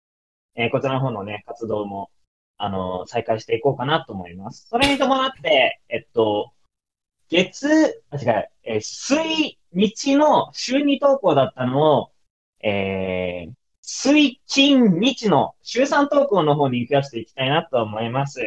えーこちらの方のね、活動も、あの、再開していこうかなと思います。それに伴って、えっと、月、あ、違う、えー水、日の週2投稿だったのを、えー、水、金、日の週3投稿の方に増やしていきたいなと思います。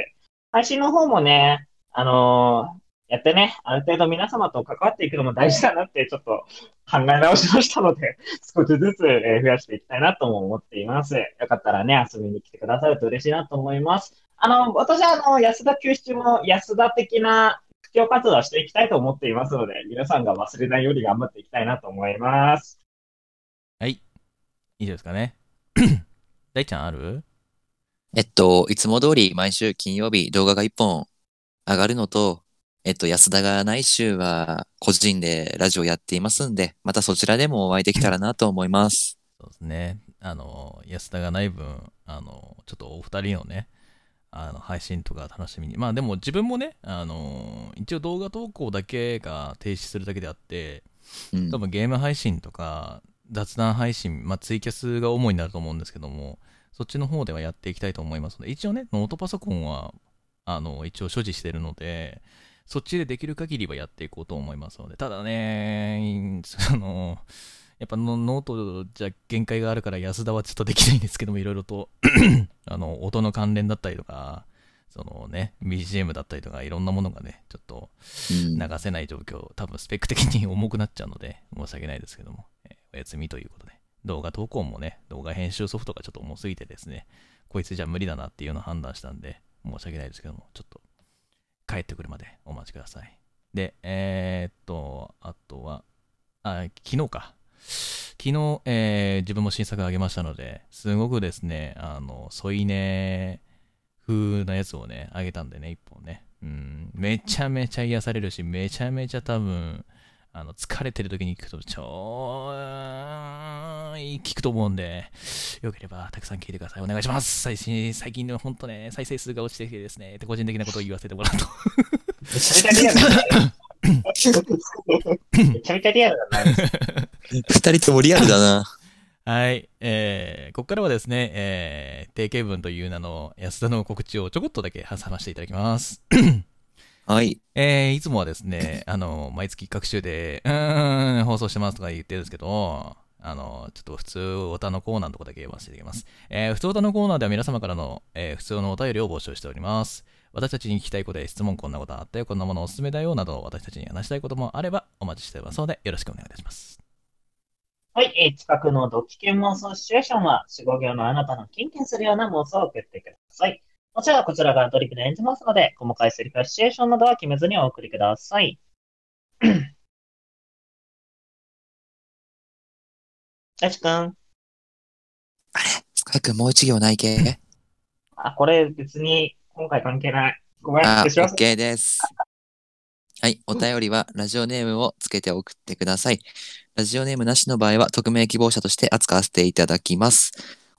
配信の方もね、あのーやってね、ある程度皆様と関わっていくのも大事だなってちょっと考え直しましたので、 少しずつえー増やしていきたいなとも思っています。よかったらね、遊びに来てくださると嬉しいなと思います。あの、私はあの、安田休止中も安田的な布教活動はしていきたいと思っていますので、皆さんが忘れないように頑張っていきたいなと思います。以上ですかね。 大ちゃんあるえっと、いつも通り毎週金曜日動画が1本上がるのと、えっと、安田がない週は個人でラジオやっていますんで、またそちらでもお会いできたらなと思います。そうですね。あの、安田がない分、あの、ちょっとお二人のね、あの配信とか楽しみにまあでも自分もね、あのー一応動画投稿だけが停止するだけであってうん多分ゲーム配信とか雑談配信、まあ、ツイキャスが主になると思うんですけどもそっちの方ではやっていきたいと思いますので一応ねノートパソコンはあの一応所持してるのでそっちでできる限りはやっていこうと思いますのでただねそのやっぱのノートじゃ限界があるから安田はちょっとできないんですけどもいろいろとあの音の関連だったりとかそのね BGM だったりとかいろんなものがねちょっとうん流せない状況、多分スペック的に 重くなっちゃうので、申し訳ないですけども、えーお休みということで、動画投稿もね、動画編集ソフトがちょっと重すぎてですね、こいつじゃ無理だなっていうような判断したんで、申し訳ないですけども、ちょっと、帰ってくるまでお待ちください。で、えーっと、あとは、あ、昨日か。昨日、えー自分も新作あげましたので、すごくですね、あの、添い寝風なやつをね、あげたんでね、一本ね。うん、めちゃめちゃ癒されるし、めちゃめちゃ多分、あの、疲れてる時に聞くと、超、いい聞くと思うんで、よければたくさん聞いてください。お願いします。最新、最近の本当ね、再生数が落ちてきてですね、個人的なことを言わせてもらうと。 めちゃめちゃリアルだな。めちゃめちゃリアルだな。二人ともリアルだな。はい、えー、ここからはですね、えー、定型文という名の安田の告知をちょこっとだけ挟ませていただきます。はい。えー、いつもはですね、あの、毎月各週で、うーん、放送してますとか言ってるんですけど、あの、ちょっと普通オタのコーナーのとこだけ読ませていただきます。えー、普通オタのコーナーでは皆様からの、えー普通のお便りを募集しております。私たちに聞きたいことや質問、こんなことあったよ、こんなものおすすめだよ、など、私たちに話したいこともあればお待ちしておりますので、よろしくお願いいたします。はい、えー近くのドッキケン妄想シチュエーションは、四五行のあなたのキンキンするような妄想を送ってください。もちろんこちらがドリフで演じますので、細かいセリフやシチュエーションなどは決めずにお送りください。大地くん。スカイ君もう一行ない系あ、これ別に今回関係ない。ごめん、あ、消します。 OK です。はい。お便りは、ラジオネームをつけて送ってください。ラジオネームなしの場合は、匿名希望者として扱わせていただきます。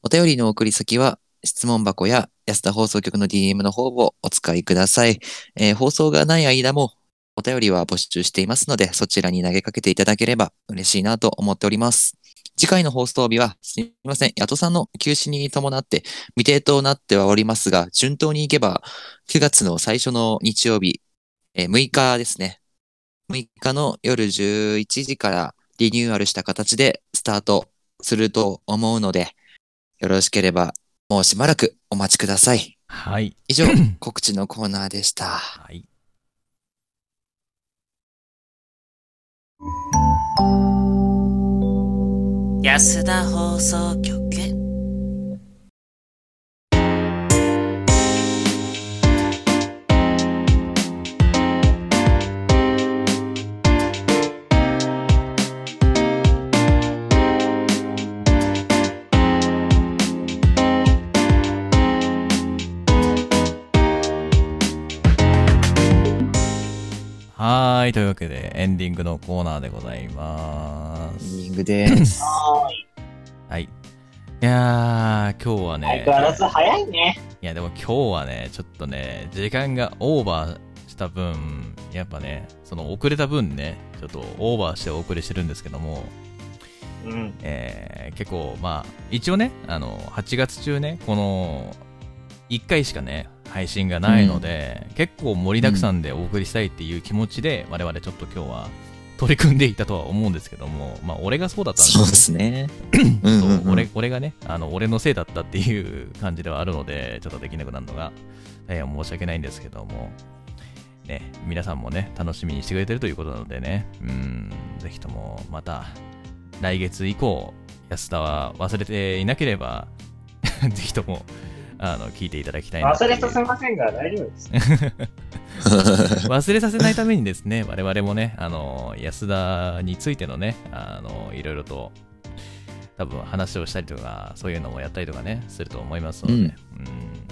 お便りの送り先は、質問箱や安田放送局の DM の方をお使いください。えー放送がない間も、お便りは募集していますので、そちらに投げかけていただければ嬉しいなと思っております。次回の放送日は、すみません、ヤトさんの休止に伴って未定となってはおりますが、順当にいけば、9月の最初の日曜日、えー6日ですね。6日の夜11時からリニューアルした形でスタートすると思うので、よろしければもうしばらくお待ちください。はい。以上、告知のコーナーでした。はい。安田放送局はーい。というわけで、エンディングのコーナーでございまエンデす。ィングです。はーいはい。いやー、今日はね相、変わらず早いね。いや、でも今日はね、ちょっとね、時間がオーバーした分、やっぱね、その遅れた分ね、ちょっとオーバーしてお送りしてるんですけども、うん。えー結構まあ一応ねあの8月中ねこの1回しかね配信がないので、結構盛りだくさんでお送りしたいっていう気持ちで、我々ちょっと今日は取り組んでいたとは思うんですけどもまあ俺がそうだったんです そようで すね。うそうんうんうん俺俺がねあの、俺のせいだったっていう感じではあるので、ちょっとできなくなるのが、えー申し訳ないんですけども、ね、皆さんもね、楽しみにしてくれてるということなのでね、うん、ぜひともまた来月以降、安田は忘れていなければ、 ぜひともあの聞いていただきたいなっ忘ていうれさせませんが、大丈夫 です。 忘れさせないためにですね、我々もね、あの、安田についてのね、あの、いろいろと、多分話をしたりとか、そういうのもやったりとかね、すると思いますので、うん。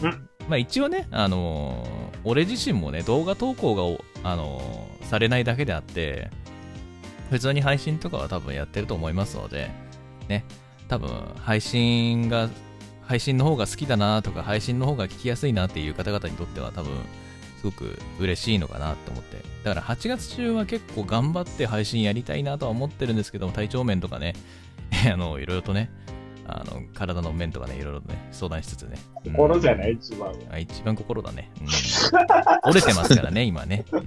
うんまあ一応ね、あの、俺自身もね、動画投稿が、あの、されないだけであって、普通に配信とかは多分やってると思いますので、ね、多分配信が、配信の方が好きだなとか配信の方が聞きやすいなっていう方々にとっては多分すごく嬉しいのかなと思ってだから8月中は結構頑張って配信やりたいなとは思ってるんですけども体調面とかね あのいろいろとねあの体の面とかねいろいろとね相談しつつね、うん心じゃない一番は。あ一番心だね、 うん折れてますからね今ね、うん、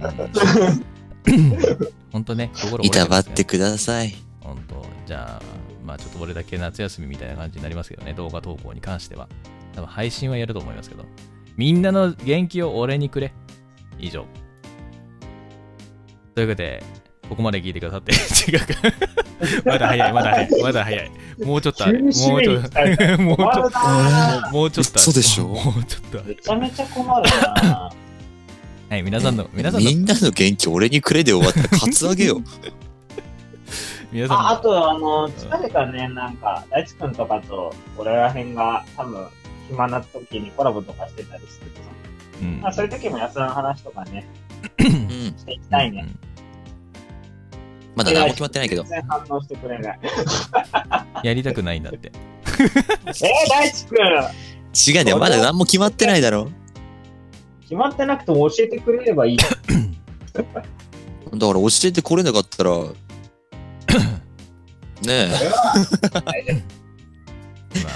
本当ね心折れいてたわまっすてください。本当じゃあ、まあちょっと俺だけ夏休みみたいな感じになりますけどね、動画投稿に関しては。多分配信はやると思いますけど。みんなの元気を俺にくれ。以上。ということで、ここまで聞いてくださって、違うか。 まだ早い、まだ早い、まだ早い。もうちょっとある。もうち急に締めょにっ来たよと、もうちょっ 困るなと、もうちょっとある。嘘でしょもうちょっとあめる。ちゃめちゃ困るな。はい、皆さんの、皆さんのみ、んなの元気俺にくれで終わったらカツア ゲよ。皆さんのあ、あと、あの、近々ね、なんか、大地君とかと、俺ら辺が、多分、暇な時にコラボとかしてたりしててうんまあ、そういう時も安田の話とかね、うん。していきたいね。まだ何も決まってないけど全。然反応してくれない。うんやりたくないんだって。えー、大地君違うね、まだ何も決まってないだろ。決まってなくても教えてくれればいい。 だから教えてこれなか ったら、ねえ。ま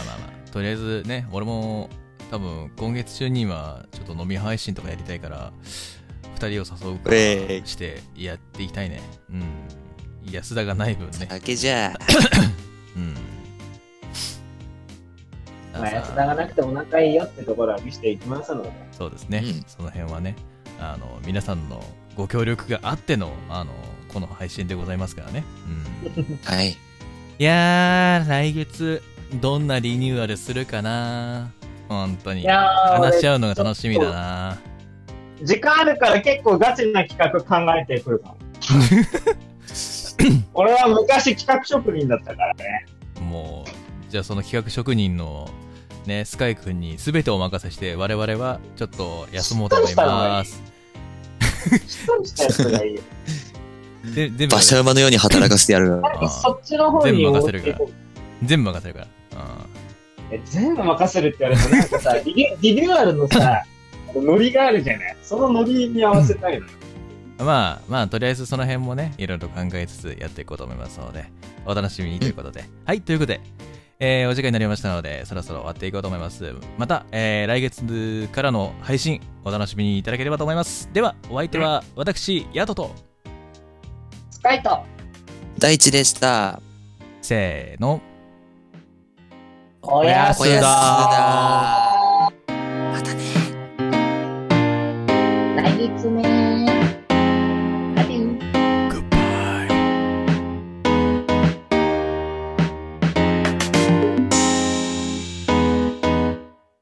あまあまあ、とりあえずね、俺も多分今月中にはちょっと飲み配信とかやりたいから、二人を誘うかええしてやっていきたいね。うん。安田がない分ね。酒じゃあ。うん。まあ、安田がなくても仲いいよってところは見せていきますので。そうですね、うんその辺はね、あの皆さんのご協力があっての、あの、この配信でございますからね。 うん。はい。いやー、来月、どんなリニューアルするかな本当に。いやー話し合うのが楽しみだな時間あるから結構ガチな企画考えてくる かも。俺は昔企画職人だったからね。もう、じゃあその企画職人の、ね、スカイ君に全てお任せして、我々はちょっと休もうと思います。しっとりしたやつがいい よ。で全部馬任せ車る、馬のように働かせてやる。あーそっちの方に全部任持せっているかこらう。全部任せるから。うんえ全部任せるって言われてなんかさリニュリニューアルの さノリがあるじゃないそのノリに合わせたいのよまあまあとりあえずその辺もねいろいろと考えつつやっていこうと思いますのでお楽しみにということで、はいということで、えーお時間になりましたのでそろそろ終わっていこうと思いますまた、えー来月からの配信お楽しみにいただければと思いますではお相手は私ヤトとスカイト第一でした。せーのおやすおやすだ来月ね